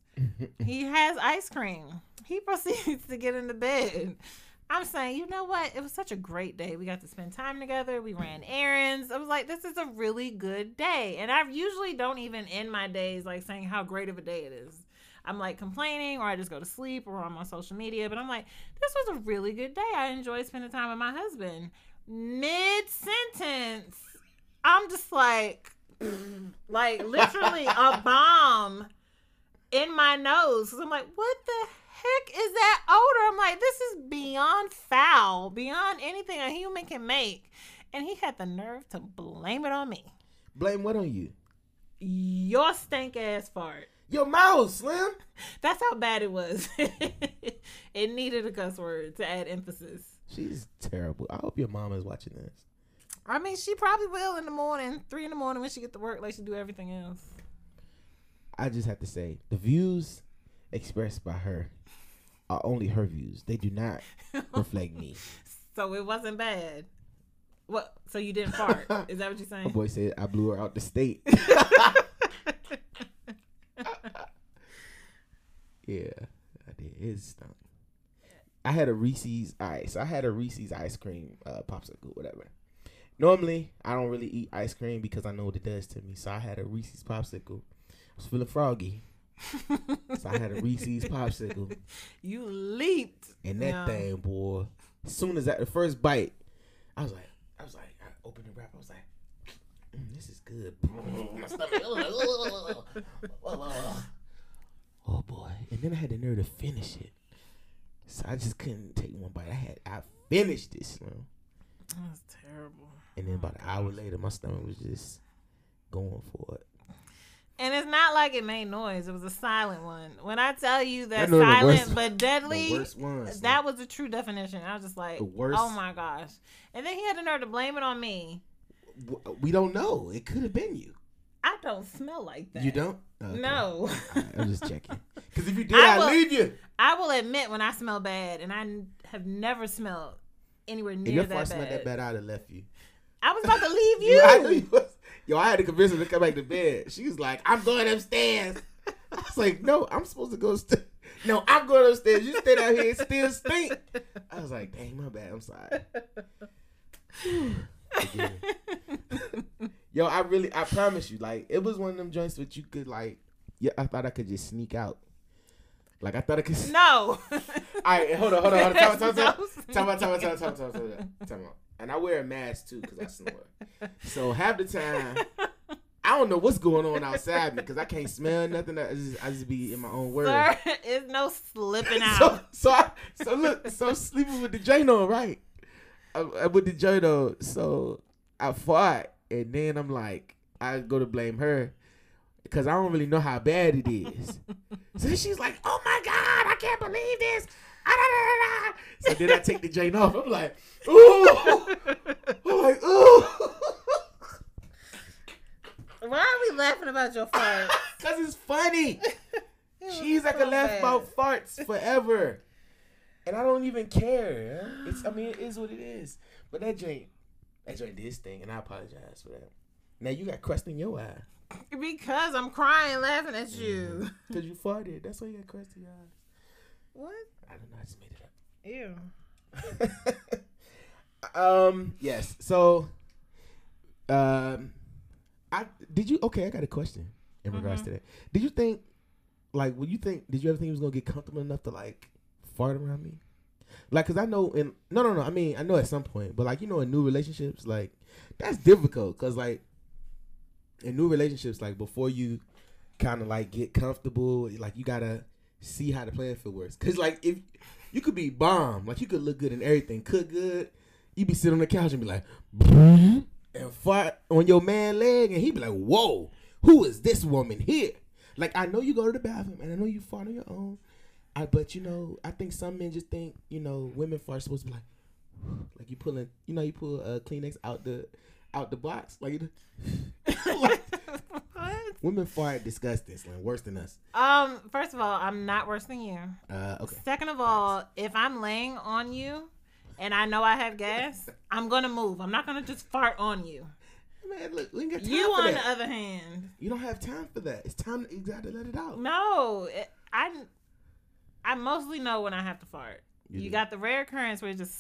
Speaker 3: he has ice cream. He [LAUGHS] proceeds to get into bed. I'm saying, you know what? It was such a great day. We got to spend time together. We ran errands. I was like, this is a really good day. And I usually don't even end my days like saying how great of a day it is. I'm like complaining, or I just go to sleep, or on my social media. But I'm like, this was a really good day. I enjoyed spending time with my husband. Mid sentence, I'm just like, [CLEARS THROAT] like literally [LAUGHS] a bomb in my nose. 'Cause I'm like, what the heck is that odor? I'm like, this is beyond foul, beyond anything a human can make. And he had the nerve to blame it on me.
Speaker 2: Blame what on you?
Speaker 3: Your stank ass fart.
Speaker 2: Your mouth, Slim.
Speaker 3: That's how bad it was. [LAUGHS] it needed a cuss word to add emphasis.
Speaker 2: She's terrible. I hope your mom is watching this.
Speaker 3: I mean, she probably will in the morning, three in the morning when she get to work, like she do everything else.
Speaker 2: I just have to say the views expressed by her are only her views. They do not reflect me.
Speaker 3: So it wasn't bad. What? So you didn't fart? Is that what you're
Speaker 2: My
Speaker 3: saying?
Speaker 2: boy said I blew her out the state. yeah, I did. It stunk. I had a Reese's ice. I had a Reese's ice cream uh, popsicle, whatever. Normally, I don't really eat ice cream because I know what it does to me. So I had a Reese's popsicle. I was feeling froggy, so I had a Reese's popsicle.
Speaker 3: [LAUGHS] You leaped.
Speaker 2: And that
Speaker 3: Yeah.
Speaker 2: thing, boy, as soon as at the first bite, I was like, I was like, I opened the wrap, I was like, "Mm, this is good. [LAUGHS] My stomach, oh, oh, oh, [LAUGHS] oh boy. And then I had the nerve to finish it. So I just couldn't take one bite. I had I finished this, you know.
Speaker 3: That's terrible.
Speaker 2: And then about an hour later, my stomach was just going for it.
Speaker 3: And it's not like it made noise. It was a silent one. When I tell you
Speaker 2: That
Speaker 3: that
Speaker 2: was the
Speaker 3: silent
Speaker 2: worst-
Speaker 3: but
Speaker 2: The
Speaker 3: deadly,
Speaker 2: worst one.
Speaker 3: that was the true definition. I was just like,
Speaker 2: The worst-
Speaker 3: oh my gosh. And then he had the nerve to blame it on me.
Speaker 2: W- uh, we don't know. It could have been you.
Speaker 3: I don't smell like that.
Speaker 2: You don't? Okay. All
Speaker 3: No.
Speaker 2: right, I'm just checking. Because if you did,
Speaker 3: I
Speaker 2: I
Speaker 3: will-
Speaker 2: would leave you.
Speaker 3: [LAUGHS] I will admit when I smell bad, and I n- have never smelled anywhere
Speaker 2: And
Speaker 3: near
Speaker 2: your
Speaker 3: that
Speaker 2: fart
Speaker 3: bad.
Speaker 2: smelled that bad, I'd have left you.
Speaker 3: I was about
Speaker 2: [LAUGHS]
Speaker 3: to leave
Speaker 2: You- I knew
Speaker 3: you.
Speaker 2: you was. Yo, I had to convince her to come back to bed. She was like, I'm going upstairs. I was like, no, I'm supposed to go upstairs. [LAUGHS] No, I'm going upstairs. You stay down here and still stink. I was like, dang, my bad. I'm sorry. Forgive me. Yo, I really, I promise you, like, it was one of them joints that you could, like, yeah, I thought I could just sneak out. Like, I thought I could. [LAUGHS]
Speaker 3: [LAUGHS] no.
Speaker 2: All
Speaker 3: [LAUGHS]
Speaker 2: right, hold on, hold on, hold on. Time, out, time, out,
Speaker 3: No
Speaker 2: time, out, time, out, time, out, time, out, time, out, time, out, time out. And I wear a mask too because I snore. So half the time, I don't know what's going on outside me because I can't smell nothing. I just, I just be in my own world.
Speaker 3: Sir,
Speaker 2: [LAUGHS]
Speaker 3: it's no slipping out.
Speaker 2: So, so, I, so look, so I'm sleeping with the drain on, right? I'm, I'm with the joy though. So I fought, and then I'm like, I go to blame her because I don't really know how bad it is. so she's like, "Oh my god, I can't believe this." Ah, da, da, da, da." So then I take the joint off. I'm like, "Ooh," I'm like, "Ooh."
Speaker 3: [LAUGHS]
Speaker 2: [LAUGHS]
Speaker 3: Why are we laughing about your fart?
Speaker 2: Cause it's funny. She's like a laugh about farts forever, and I don't even care. huh? It's I mean it is what it is. But that joint, that joint did sting, and I apologize for that. Now you got crust in your eye
Speaker 3: because I'm crying, laughing at you.
Speaker 2: because you farted. That's why you got crust in your eye.
Speaker 3: What?
Speaker 2: I don't know. I just made it
Speaker 3: [LAUGHS] Ew.
Speaker 2: up. [LAUGHS] um. Yes. So, um, I did you? Okay, I got a question in regards to that. Did you think, like, would you think? Did you ever think you was gonna get comfortable enough to like fart around me? Like, cause I know in no, no, no. I mean, I know at some point, but like, you know, in new relationships, like, that's difficult. Cause like, in new relationships, like, before you kind of like get comfortable, like, you gotta see how the playing field works. Cause like, if you could be bomb, like, you could look good and everything, cook good, you be sitting on the couch and be like, [LAUGHS] and fart on your man leg, and he be like, "Whoa, who is this woman here?" Like, I know you go to the bathroom, and I know you fart on your own. I, but you know, I think some men just think you know women fart supposed to be like, [SIGHS] like you pulling, you know, you pull a Kleenex out the out the box, like, [LAUGHS] you do- like
Speaker 3: what?
Speaker 2: women fart disgusting, like worse than us.
Speaker 3: Um. First of all, I'm not worse than you.
Speaker 2: Uh, okay,
Speaker 3: Second of all, if I'm laying on you. And I know I have gas. I'm gonna move. I'm not gonna just fart
Speaker 2: [LAUGHS]
Speaker 3: on you.
Speaker 2: man, look, we ain't got time
Speaker 3: You,
Speaker 2: for
Speaker 3: on
Speaker 2: that.
Speaker 3: the other hand,
Speaker 2: you don't have time for that. It's time to, you got to let it out.
Speaker 3: no. It, I, I mostly know when I have to fart. You,
Speaker 2: do.
Speaker 3: got the rare occurrence where it just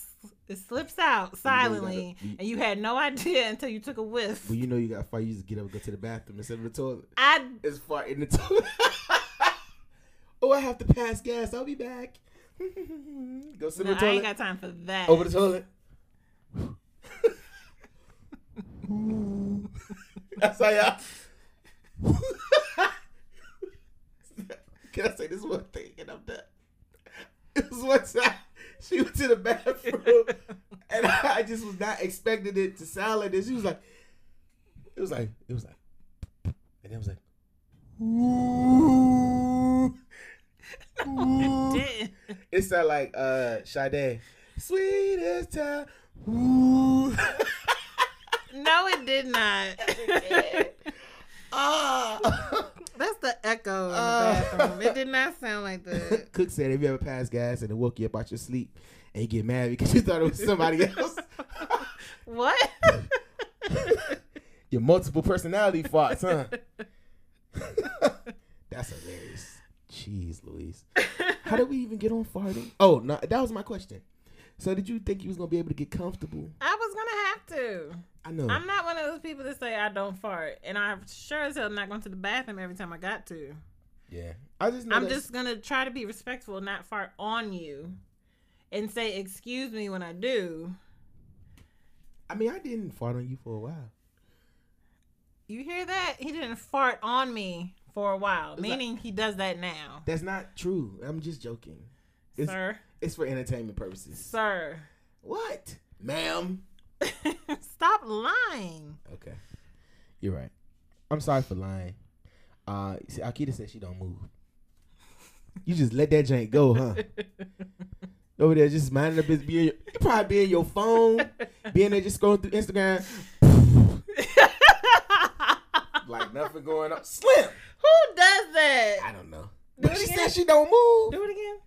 Speaker 3: it slips out silently,
Speaker 2: you-
Speaker 3: and you had no idea until you took a whiff.
Speaker 2: Well, you know you got to fart. You just get up, and go to the bathroom, instead of the toilet.
Speaker 3: I
Speaker 2: is far in the toilet. [LAUGHS] oh, I have to pass gas. I'll be back. [LAUGHS] Go sit
Speaker 3: no,
Speaker 2: in the
Speaker 3: I
Speaker 2: toilet.
Speaker 3: ain't got time for that.
Speaker 2: Over the toilet. I saw y'all. [LAUGHS] Can I say this one thing and I'm done? It was one time she went to the bathroom and I just was not expecting it to sound like this. She was like, it was like, it was like, and it was like,
Speaker 3: [LAUGHS] Did-
Speaker 2: it sounded like uh Sade. Sweetest time. Ooh. [LAUGHS]
Speaker 3: no, it did not.
Speaker 2: Ah.
Speaker 3: [LAUGHS] That's the echo in the
Speaker 2: Uh.
Speaker 3: bathroom. It did not sound like
Speaker 2: [LAUGHS]
Speaker 3: that.
Speaker 2: Cook said, "Have you ever passed gas and it woke you up out your sleep, and you get mad because you thought it was somebody
Speaker 3: [LAUGHS]
Speaker 2: else?
Speaker 3: [LAUGHS]
Speaker 2: [LAUGHS]
Speaker 3: What?
Speaker 2: your multiple personality farts,
Speaker 3: [LAUGHS]
Speaker 2: huh? That's hilarious. Jeez,
Speaker 3: [LAUGHS]
Speaker 2: Louise. How did we even get on farting? Oh, no, that was my question. So, did you think you was gonna be able to get comfortable?
Speaker 3: I was gonna have to.
Speaker 2: I know.
Speaker 3: I'm not one of those people that say I don't fart, and I sure as hell not going to the bathroom every time I got to.
Speaker 2: yeah, I just. Know
Speaker 3: I'm
Speaker 2: that's-
Speaker 3: just gonna try to be respectful, and not fart on you, and say excuse me when I do.
Speaker 2: I mean, I didn't fart on you for a while.
Speaker 3: You hear that? He didn't fart on me for a while,
Speaker 2: like-
Speaker 3: meaning he does that now,
Speaker 2: That's not true. I'm just joking. It's,
Speaker 3: sir.
Speaker 2: it's for entertainment purposes.
Speaker 3: Sir, [LAUGHS]
Speaker 2: What, ma'am?
Speaker 3: stop lying. [LAUGHS]
Speaker 2: Okay. You're right. I'm sorry for lying. Uh see, Akita said she don't move. You just let that joint go,
Speaker 3: [LAUGHS]
Speaker 2: huh? Over there just minding the business. Being, you probably be in your phone, being there just scrolling through Instagram. like nothing going on. Slim!
Speaker 3: Who does
Speaker 2: I
Speaker 3: that?
Speaker 2: don't know.
Speaker 3: Do
Speaker 2: But
Speaker 3: it
Speaker 2: she
Speaker 3: again.
Speaker 2: said she don't move. Mm-hmm.
Speaker 3: Do it again.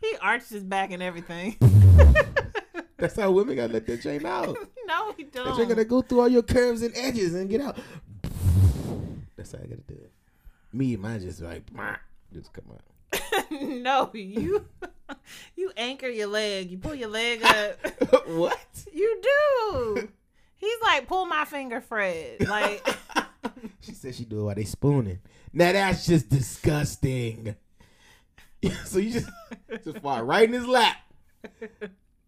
Speaker 3: He arched his back and everything. [LAUGHS]
Speaker 2: That's how women gotta let that joint out.
Speaker 3: no, he
Speaker 2: That joint
Speaker 3: don't. [LAUGHS]
Speaker 2: gotta go through all your curves and edges and get out. That's how I gotta do it. Me, mine just like [LAUGHS] just come out.
Speaker 3: [LAUGHS] no, you [LAUGHS] you anchor your leg. You pull your [LAUGHS] leg up.
Speaker 2: what?
Speaker 3: you do. He's like, pull my finger, Fred. Like
Speaker 2: she said she do it while they spooning. Now that's just disgusting. [LAUGHS] so you just just fall right in his lap.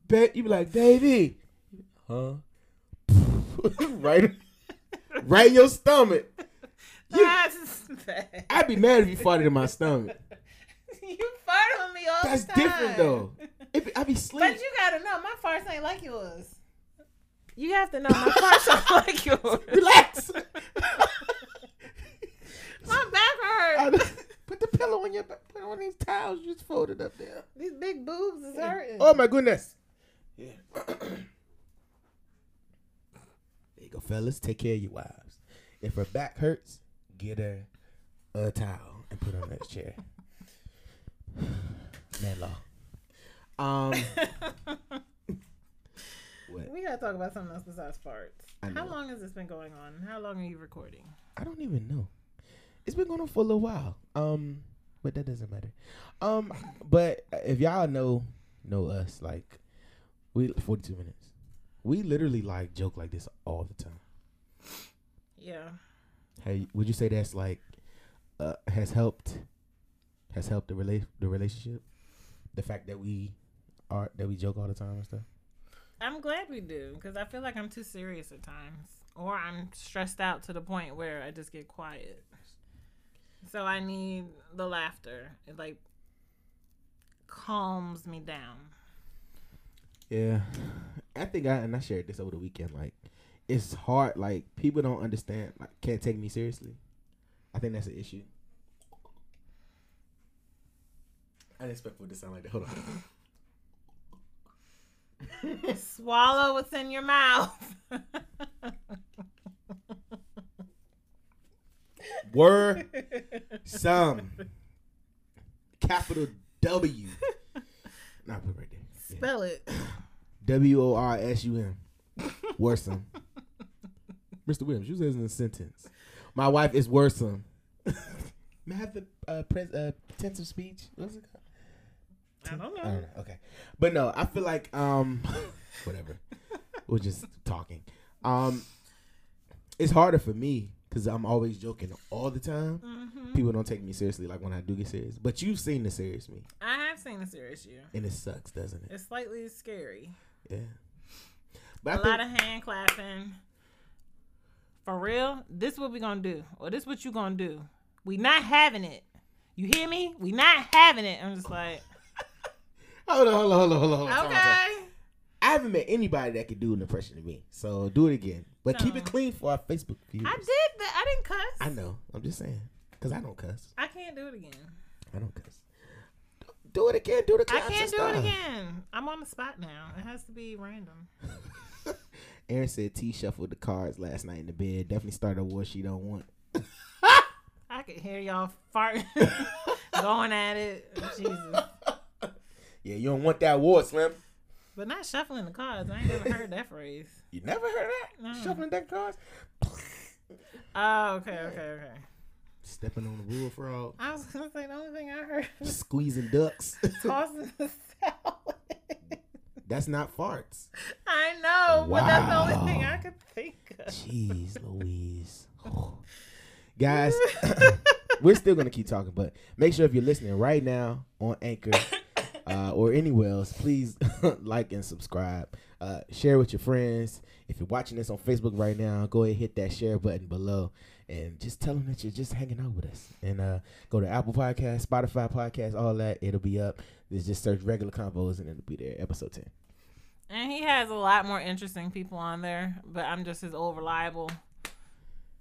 Speaker 2: Bet you be like, baby, huh? [LAUGHS] right, right in your stomach. [LAUGHS] You-
Speaker 3: [LAUGHS] that's bad. [LAUGHS]
Speaker 2: I'd be mad if you farted in my stomach.
Speaker 3: You fart on me all
Speaker 2: That's different, though. It be, I be sleep.
Speaker 3: But you gotta know my farts ain't like yours. You have to know my farts [LAUGHS] aren't like yours. [LAUGHS]
Speaker 2: Relax.
Speaker 3: My back
Speaker 2: I
Speaker 3: hurt.
Speaker 2: just- [LAUGHS] put the pillow on your back. Put on these towels you just folded up there.
Speaker 3: These big boobs is hurting.
Speaker 2: Oh my goodness. Yeah. [CLEARS THROAT] there you go, fellas. Take care of your wives. If her back hurts, get her a towel and put her on that chair. [SIGHS] Man law. Um. what?
Speaker 3: We gotta talk about something else besides farts.
Speaker 2: know.
Speaker 3: How long has this been going on? How long are you recording?
Speaker 2: I don't even know. It's been going on for a little while. Um, but that doesn't matter. Um, but if y'all know know us, like we forty two minutes. We literally like joke like this all the time.
Speaker 3: Yeah.
Speaker 2: Hey, would you say that's like uh has helped has helped the rela- the relationship? The fact that we are that we joke all the time and stuff.
Speaker 3: I'm glad we do because I feel like I'm too serious at times, or I'm stressed out to the point where I just get quiet. So I need the laughter. It like calms me down. [LAUGHS]
Speaker 2: Yeah, I think I and I shared this over the weekend. Like, it's hard. Like, people don't understand. Like, can't take me seriously. I think that's an issue. I didn't expect for it to sound like that. Hold on.
Speaker 3: Swallow what's in your mouth.
Speaker 2: [LAUGHS]
Speaker 3: [LAUGHS]
Speaker 2: Were some capital [LAUGHS] W. Nah, put it right there. Yeah.
Speaker 3: Spell it.
Speaker 2: W O R S U M. [LAUGHS] Worsome. Mr. Williams, use that as a sentence. My wife is [LAUGHS] worsome. May I have the uh, pres- uh, tense of speech? What's it called?
Speaker 3: I don't
Speaker 2: I don't
Speaker 3: know.
Speaker 2: know. Okay, but no, I feel like um, [LAUGHS] whatever. We're just talking. Um, it's harder for me because I'm always joking all the time.
Speaker 3: hmm
Speaker 2: People don't take me seriously, like when I do get serious. But you've seen the serious me,
Speaker 3: I have seen a serious you.
Speaker 2: and it sucks, doesn't it?
Speaker 3: It's slightly scary.
Speaker 2: Yeah.
Speaker 3: A
Speaker 2: But I
Speaker 3: lot
Speaker 2: think
Speaker 3: of hand clapping. For real, this what we gonna do, or this what you gonna do. We not having it. You hear me? We not having it. I'm just like,
Speaker 2: hold on, hold on, hold on, hold on. Hold on time, time.
Speaker 3: okay.
Speaker 2: I haven't met anybody that could do an impression of me, so do it again. But keep it
Speaker 3: No.
Speaker 2: clean for our Facebook viewers.
Speaker 3: I did that. I didn't cuss.
Speaker 2: I know. I'm just saying, cause I don't cuss.
Speaker 3: I can't do it again.
Speaker 2: I don't cuss. Do it again. Do the
Speaker 3: I
Speaker 2: claps
Speaker 3: can't
Speaker 2: and
Speaker 3: do it
Speaker 2: stuff.
Speaker 3: again. I'm on the spot now. It has to be random.
Speaker 2: Aaron said T shuffled the cards last night in the bed. Definitely started a war she don't want. [LAUGHS]
Speaker 3: I could hear y'all fart going at it. Jesus.
Speaker 2: Yeah, you don't want that war, Slim.
Speaker 3: But not shuffling the cards. I ain't never heard that phrase.
Speaker 2: You never heard that?
Speaker 3: No.
Speaker 2: Shuffling that cards?
Speaker 3: Oh, okay, okay, okay.
Speaker 2: Stepping on the rule frog.
Speaker 3: I was gonna say the only thing I heard was
Speaker 2: Squeezing ducks. [LAUGHS]
Speaker 3: [LAUGHS] tossing the salad.
Speaker 2: That's not farts.
Speaker 3: I know, but that's the only thing
Speaker 2: Wow.
Speaker 3: I could think of.
Speaker 2: Jeez Louise. [SIGHS] Guys, [COUGHS] we're still going to keep talking, but make sure if you're listening right now on Anchor [COUGHS] uh, or anywhere else, please [COUGHS] like and subscribe. Uh, share with your friends. If you're watching this on Facebook right now, go ahead hit that share button below and just tell them that you're just hanging out with us. And uh, go to Apple Podcasts, Spotify Podcasts, all that. It'll be up. Just just search regular combos and it'll be there. Episode 10.
Speaker 3: And he has a lot more interesting people on there, but I'm just his old reliable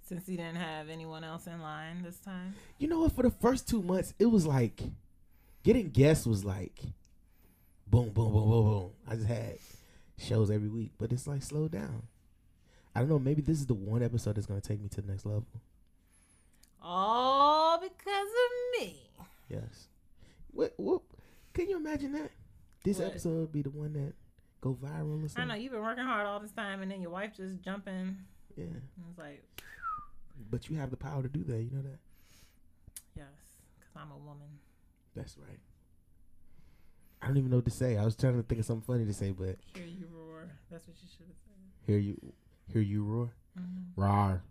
Speaker 3: since he didn't have anyone else in line this time.
Speaker 2: you know what? For the first two months, it was like getting guests was like boom, boom, boom, boom, boom. I just had shows every week, but it's like slow down. I don't know. Maybe this is the one episode that's gonna take me to the next level.
Speaker 3: All because of me.
Speaker 2: Yes. What? What? Can you imagine that? This
Speaker 3: What?
Speaker 2: episode would be the one that go viral or
Speaker 3: I know
Speaker 2: something.
Speaker 3: you've been working hard all this time, and then your wife just jumping. And
Speaker 2: Yeah.
Speaker 3: it's like,
Speaker 2: But you have the power to do that. You know that.
Speaker 3: yes, because I'm a woman.
Speaker 2: That's right. I don't even know what to say. I was trying to think of something funny to say, but
Speaker 3: Hear you roar. That's what you should have said.
Speaker 2: hear you, hear you roar. Mm-hmm.
Speaker 3: Mhm.
Speaker 2: Roar.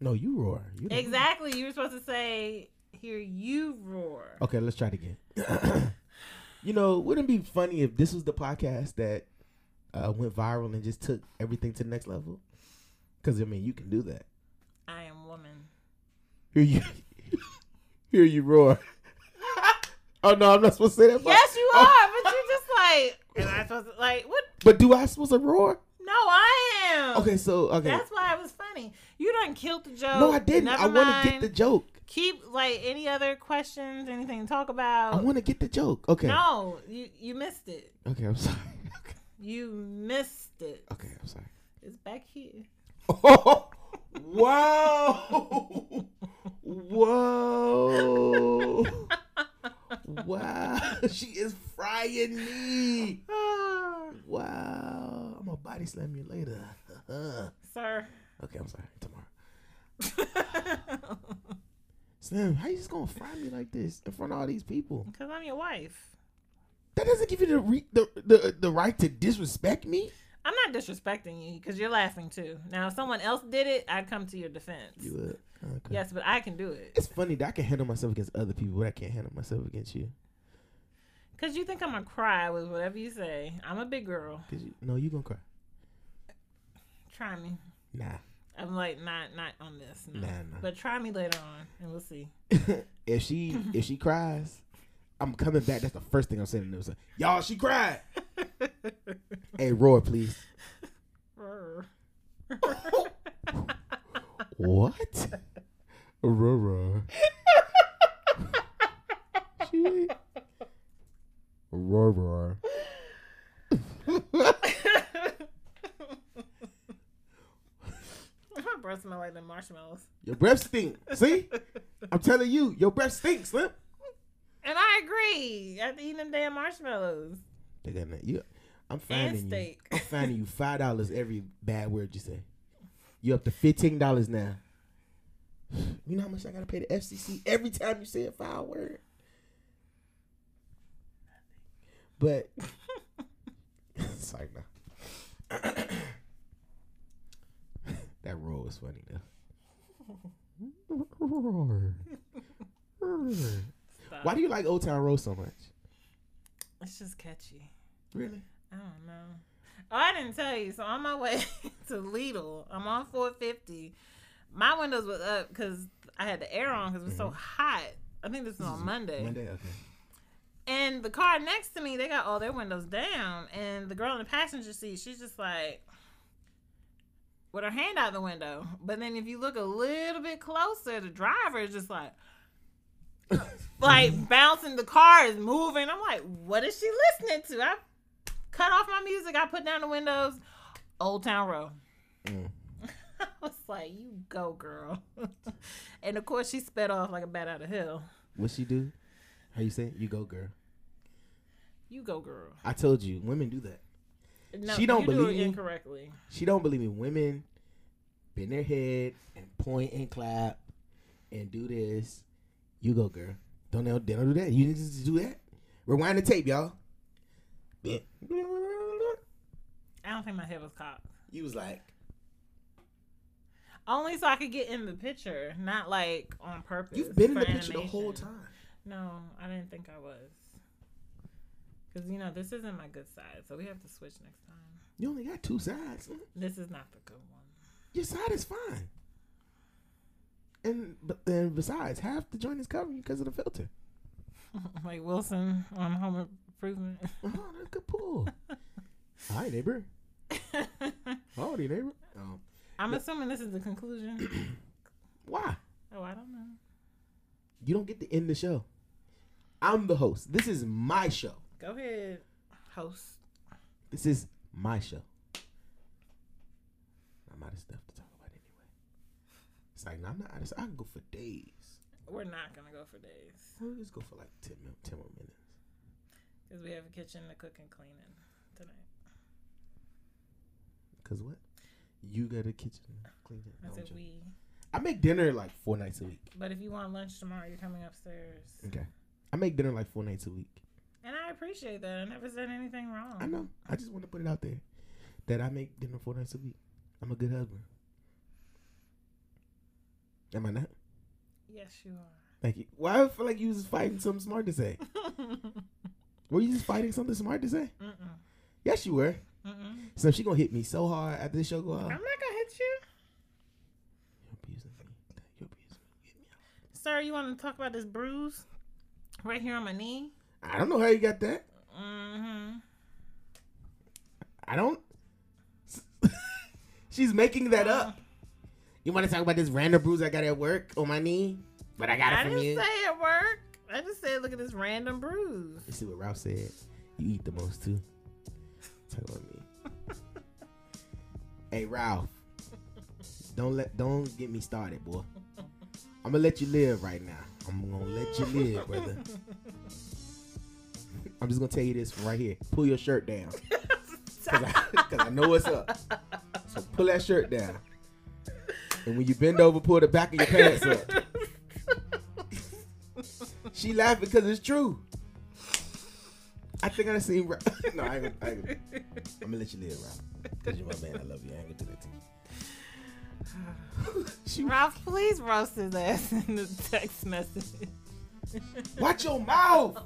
Speaker 2: No, you roar. You don't-
Speaker 3: Exactly. You were supposed to say, hear you roar.
Speaker 2: Okay, let's try it again. [CLEARS THROAT] you know, wouldn't it be funny if this was the podcast that uh, went viral and just took everything to the next level? Because I mean, you can do that.
Speaker 3: I am woman.
Speaker 2: [LAUGHS] Hear you, hear you roar. [LAUGHS] Oh no, I'm not supposed to say that. part.
Speaker 3: Yes, you
Speaker 2: Oh.
Speaker 3: are, but you're just [LAUGHS] like, am I supposed to, like, what?
Speaker 2: But do I supposed to roar?
Speaker 3: No, I am.
Speaker 2: Okay, so okay.
Speaker 3: Oh. That's why it was funny. You done killed the joke.
Speaker 2: no, I didn't.
Speaker 3: Never
Speaker 2: I want to get
Speaker 3: mind.
Speaker 2: the joke.
Speaker 3: Keep, like, any other questions, anything to talk about?
Speaker 2: I want to get the joke. Okay.
Speaker 3: Oh. No, you, you missed it.
Speaker 2: Okay, I'm sorry. [LAUGHS] Okay,
Speaker 3: You missed it.
Speaker 2: okay I'm sorry.
Speaker 3: It's back here.
Speaker 2: Oh, wow. Whoa. Wow. She is frying me.
Speaker 3: Ah,
Speaker 2: Wow. I'm going to body slam you later. Uh-huh. okay,
Speaker 3: Sir. [LAUGHS]
Speaker 2: I'm sorry. Tomorrow. Slim, how you just going to fry me like this in front of all these people?
Speaker 3: Because I'm your wife.
Speaker 2: That doesn't give you the re- the, the the right to disrespect me.
Speaker 3: I'm not disrespecting you because you're laughing too. Now, if someone else did it, I'd come to your defense.
Speaker 2: You would. Okay.
Speaker 3: Yes, but I can do it.
Speaker 2: It's funny that I can handle myself against other people, but I can't handle myself against you.
Speaker 3: Because you think I'm going to cry with whatever you say. I'm a big girl.
Speaker 2: Cause you, no, you gonna cry.
Speaker 3: Try me.
Speaker 2: Nah.
Speaker 3: I'm like, not not on this. No.
Speaker 2: Nah, nah.
Speaker 3: But try me later on and
Speaker 2: [LAUGHS]
Speaker 3: we'll see.
Speaker 2: if she if she cries, I'm coming back. That's the first thing I'm saying to them. So, Y'all, she cried. hey, roar, please.
Speaker 3: Brr.
Speaker 2: What? Roar, roar. she went, roar, roar.
Speaker 3: My breath smell like the marshmallows.
Speaker 2: Your breath stink. See, I'm telling you, your breath stinks, Slim.
Speaker 3: And I agree. After eating them damn marshmallows
Speaker 2: They got that. You, I'm
Speaker 3: and
Speaker 2: finding you.
Speaker 3: steak.
Speaker 2: I'm finding you five dollars every bad word you say. You up to fifteen dollars now. You know how much I gotta pay the FCC every time you say a foul word. But [LAUGHS] sorry now. [COUGHS] that roar was funny though. [LAUGHS]
Speaker 3: Stop.
Speaker 2: Why do you like Old Town Road so much?
Speaker 3: It's just catchy.
Speaker 2: Really?
Speaker 3: I don't know. Oh, I didn't tell you. So on my way [LAUGHS] to Lidl, I'm on 450. My windows was up because I had the air on because it was so hot. I think Mm-hmm. this was on Monday.
Speaker 2: Monday, okay.
Speaker 3: And the car next to me, they got all their windows down. And the girl in the passenger seat, she's just like with her hand out the window. But then if you look a little bit closer, the driver is just like [LAUGHS] like bouncing the car is moving. I'm like, what is she listening to? I cut off my music, I put down the windows, Old Town Road. [LAUGHS]
Speaker 2: Mm.
Speaker 3: I was like, you go, girl. [LAUGHS] and of course she sped off like a bat out of hell.
Speaker 2: What she do? How you say? it? You go, girl.
Speaker 3: You go, girl.
Speaker 2: I told you, women do that.
Speaker 3: No,
Speaker 2: She don't
Speaker 3: you do
Speaker 2: believe
Speaker 3: it
Speaker 2: you?
Speaker 3: incorrectly.
Speaker 2: She don't believe me. Women bend their head and point and clap and do this. You go, girl. Don't they they don't do that. You just do that. Rewind the tape, y'all.
Speaker 3: I don't think my head was cocked.
Speaker 2: You was like,
Speaker 3: Only so I could get in the picture, not like on purpose.
Speaker 2: you've been in
Speaker 3: for
Speaker 2: the picture the
Speaker 3: animation.
Speaker 2: whole time.
Speaker 3: No, I didn't think I was. Because, you know, this isn't my good side, so we have to switch next time.
Speaker 2: You only got two sides.
Speaker 3: This is not the good one. [LAUGHS]
Speaker 2: Your side is fine. And but then besides, half the joint is covering you because of the filter.
Speaker 3: like Wilson on Home Improvement. [LAUGHS]
Speaker 2: Oh, that's a good pull. [LAUGHS] Hi, neighbor. Howdy, neighbor. Um,
Speaker 3: I'm assuming this is the conclusion.
Speaker 2: why?
Speaker 3: Oh, I don't know.
Speaker 2: You don't get to end the show. I'm the host. This is my show.
Speaker 3: Go ahead, host.
Speaker 2: This is my show. I'm out of stuff to talk about anyway. It's like, no, I'm not out of stuff. I can go for days.
Speaker 3: We're not going to go for days
Speaker 2: We'll just go for like 10, min- 10 more minutes.
Speaker 3: because we have a kitchen to cook and clean in tonight.
Speaker 2: Because what? You got a kitchen clean. it. No,
Speaker 3: I
Speaker 2: I'm
Speaker 3: said
Speaker 2: joking.
Speaker 3: we.
Speaker 2: I make dinner like four nights a week.
Speaker 3: But if you want lunch tomorrow, you're coming upstairs.
Speaker 2: Okay. I make dinner like four nights a week.
Speaker 3: And I appreciate that. I never said anything wrong.
Speaker 2: I know. I just want to put it out there that I make dinner four nights a week. I'm a good husband. Am I not?
Speaker 3: Yes, you [LAUGHS] are.
Speaker 2: Thank you. Why I feel like you was fighting something smart to say? Were you just fighting something smart to say?
Speaker 3: Mm-mm.
Speaker 2: Yes, you were.
Speaker 3: Mm-mm.
Speaker 2: So she gonna hit me so hard after this show go
Speaker 3: I'm
Speaker 2: out.
Speaker 3: not gonna hit you,
Speaker 2: You're abusing me. You're abusing me. Get me out.
Speaker 3: sir. You want to talk about this bruise? right here on my knee.
Speaker 2: I don't know how you got that.
Speaker 3: Mm-hmm.
Speaker 2: I don't. [LAUGHS] She's making that
Speaker 3: Uh.
Speaker 2: up. You want to talk about this random bruise I got at work on my knee, but I got
Speaker 3: I
Speaker 2: it from
Speaker 3: didn't
Speaker 2: you.
Speaker 3: say it work. I just said, look at this random bruise.
Speaker 2: Let's see what Ralph said. You eat the most too. Talk about me. hey Ralph, don't let don't get me started, boy. I'm gonna let you live right now. I'm gonna let you live, brother.
Speaker 3: [LAUGHS]
Speaker 2: I'm just gonna tell you this right here. Pull your shirt down. Cause I, cause I know what's up. So pull that shirt down. And when you bend over, pull the back of your pants up. She laughing because it's true. I think I seen. Ra- [LAUGHS] no, I ain't, gonna- I ain't, gonna- I'm gonna let you live, Ralph. Cause you're my man. I love you. I ain't gonna do that to you. [SIGHS] She,
Speaker 3: Ralph, please roast his ass in the text message.
Speaker 2: watch your mouth.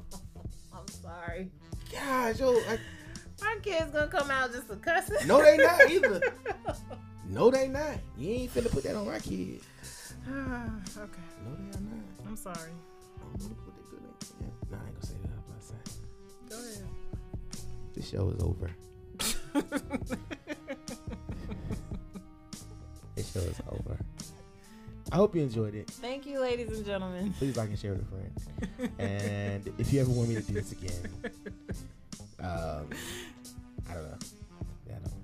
Speaker 3: I'm sorry.
Speaker 2: Gosh, yo, I,
Speaker 3: My kid's gonna come out just a cussing.
Speaker 2: no, they not either. No, they not. You ain't finna put that on my kid.
Speaker 3: [SIGHS] okay,
Speaker 2: No, they are not.
Speaker 3: I'm sorry.
Speaker 2: I'm gonna put that good like yeah. No, I ain't gonna say that. I'm about to say.
Speaker 3: Go
Speaker 2: This show is over.
Speaker 3: ahead.
Speaker 2: This show is over. I hope you enjoyed it.
Speaker 3: [LAUGHS] Thank you, ladies and gentlemen.
Speaker 2: Please like and share with a friend. And if you ever want me to do this again, um, I don't know. Yeah, I don't.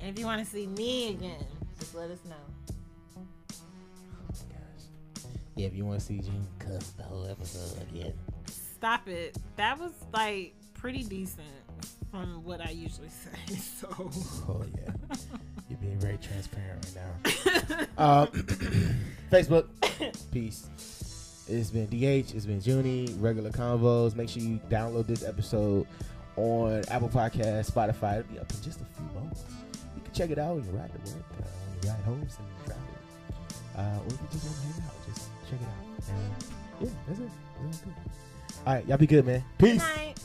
Speaker 3: And if you want to see me again, just let us know.
Speaker 2: Gosh. Yeah, if you want to see Gene cuss the whole episode again,
Speaker 3: Stop it. That was like pretty decent from what I usually [LAUGHS] say. So.
Speaker 2: oh [LAUGHS] yeah, you're being very transparent right [LAUGHS] now. um, [CLEARS THROAT] Facebook, [COUGHS] peace. It's been DH. It's been Junie. Regular convos. Make sure you download this episode on Apple Podcasts, Spotify. It'll be up in just a few moments. You can check it out when you ride to work, uh, when you ride home, so you drive it. Uh, or if you just want to hang out, just check it out. And, yeah, that's it. That's all good. All right, y'all be good, man. [LAUGHS] Peace.
Speaker 3: Good night.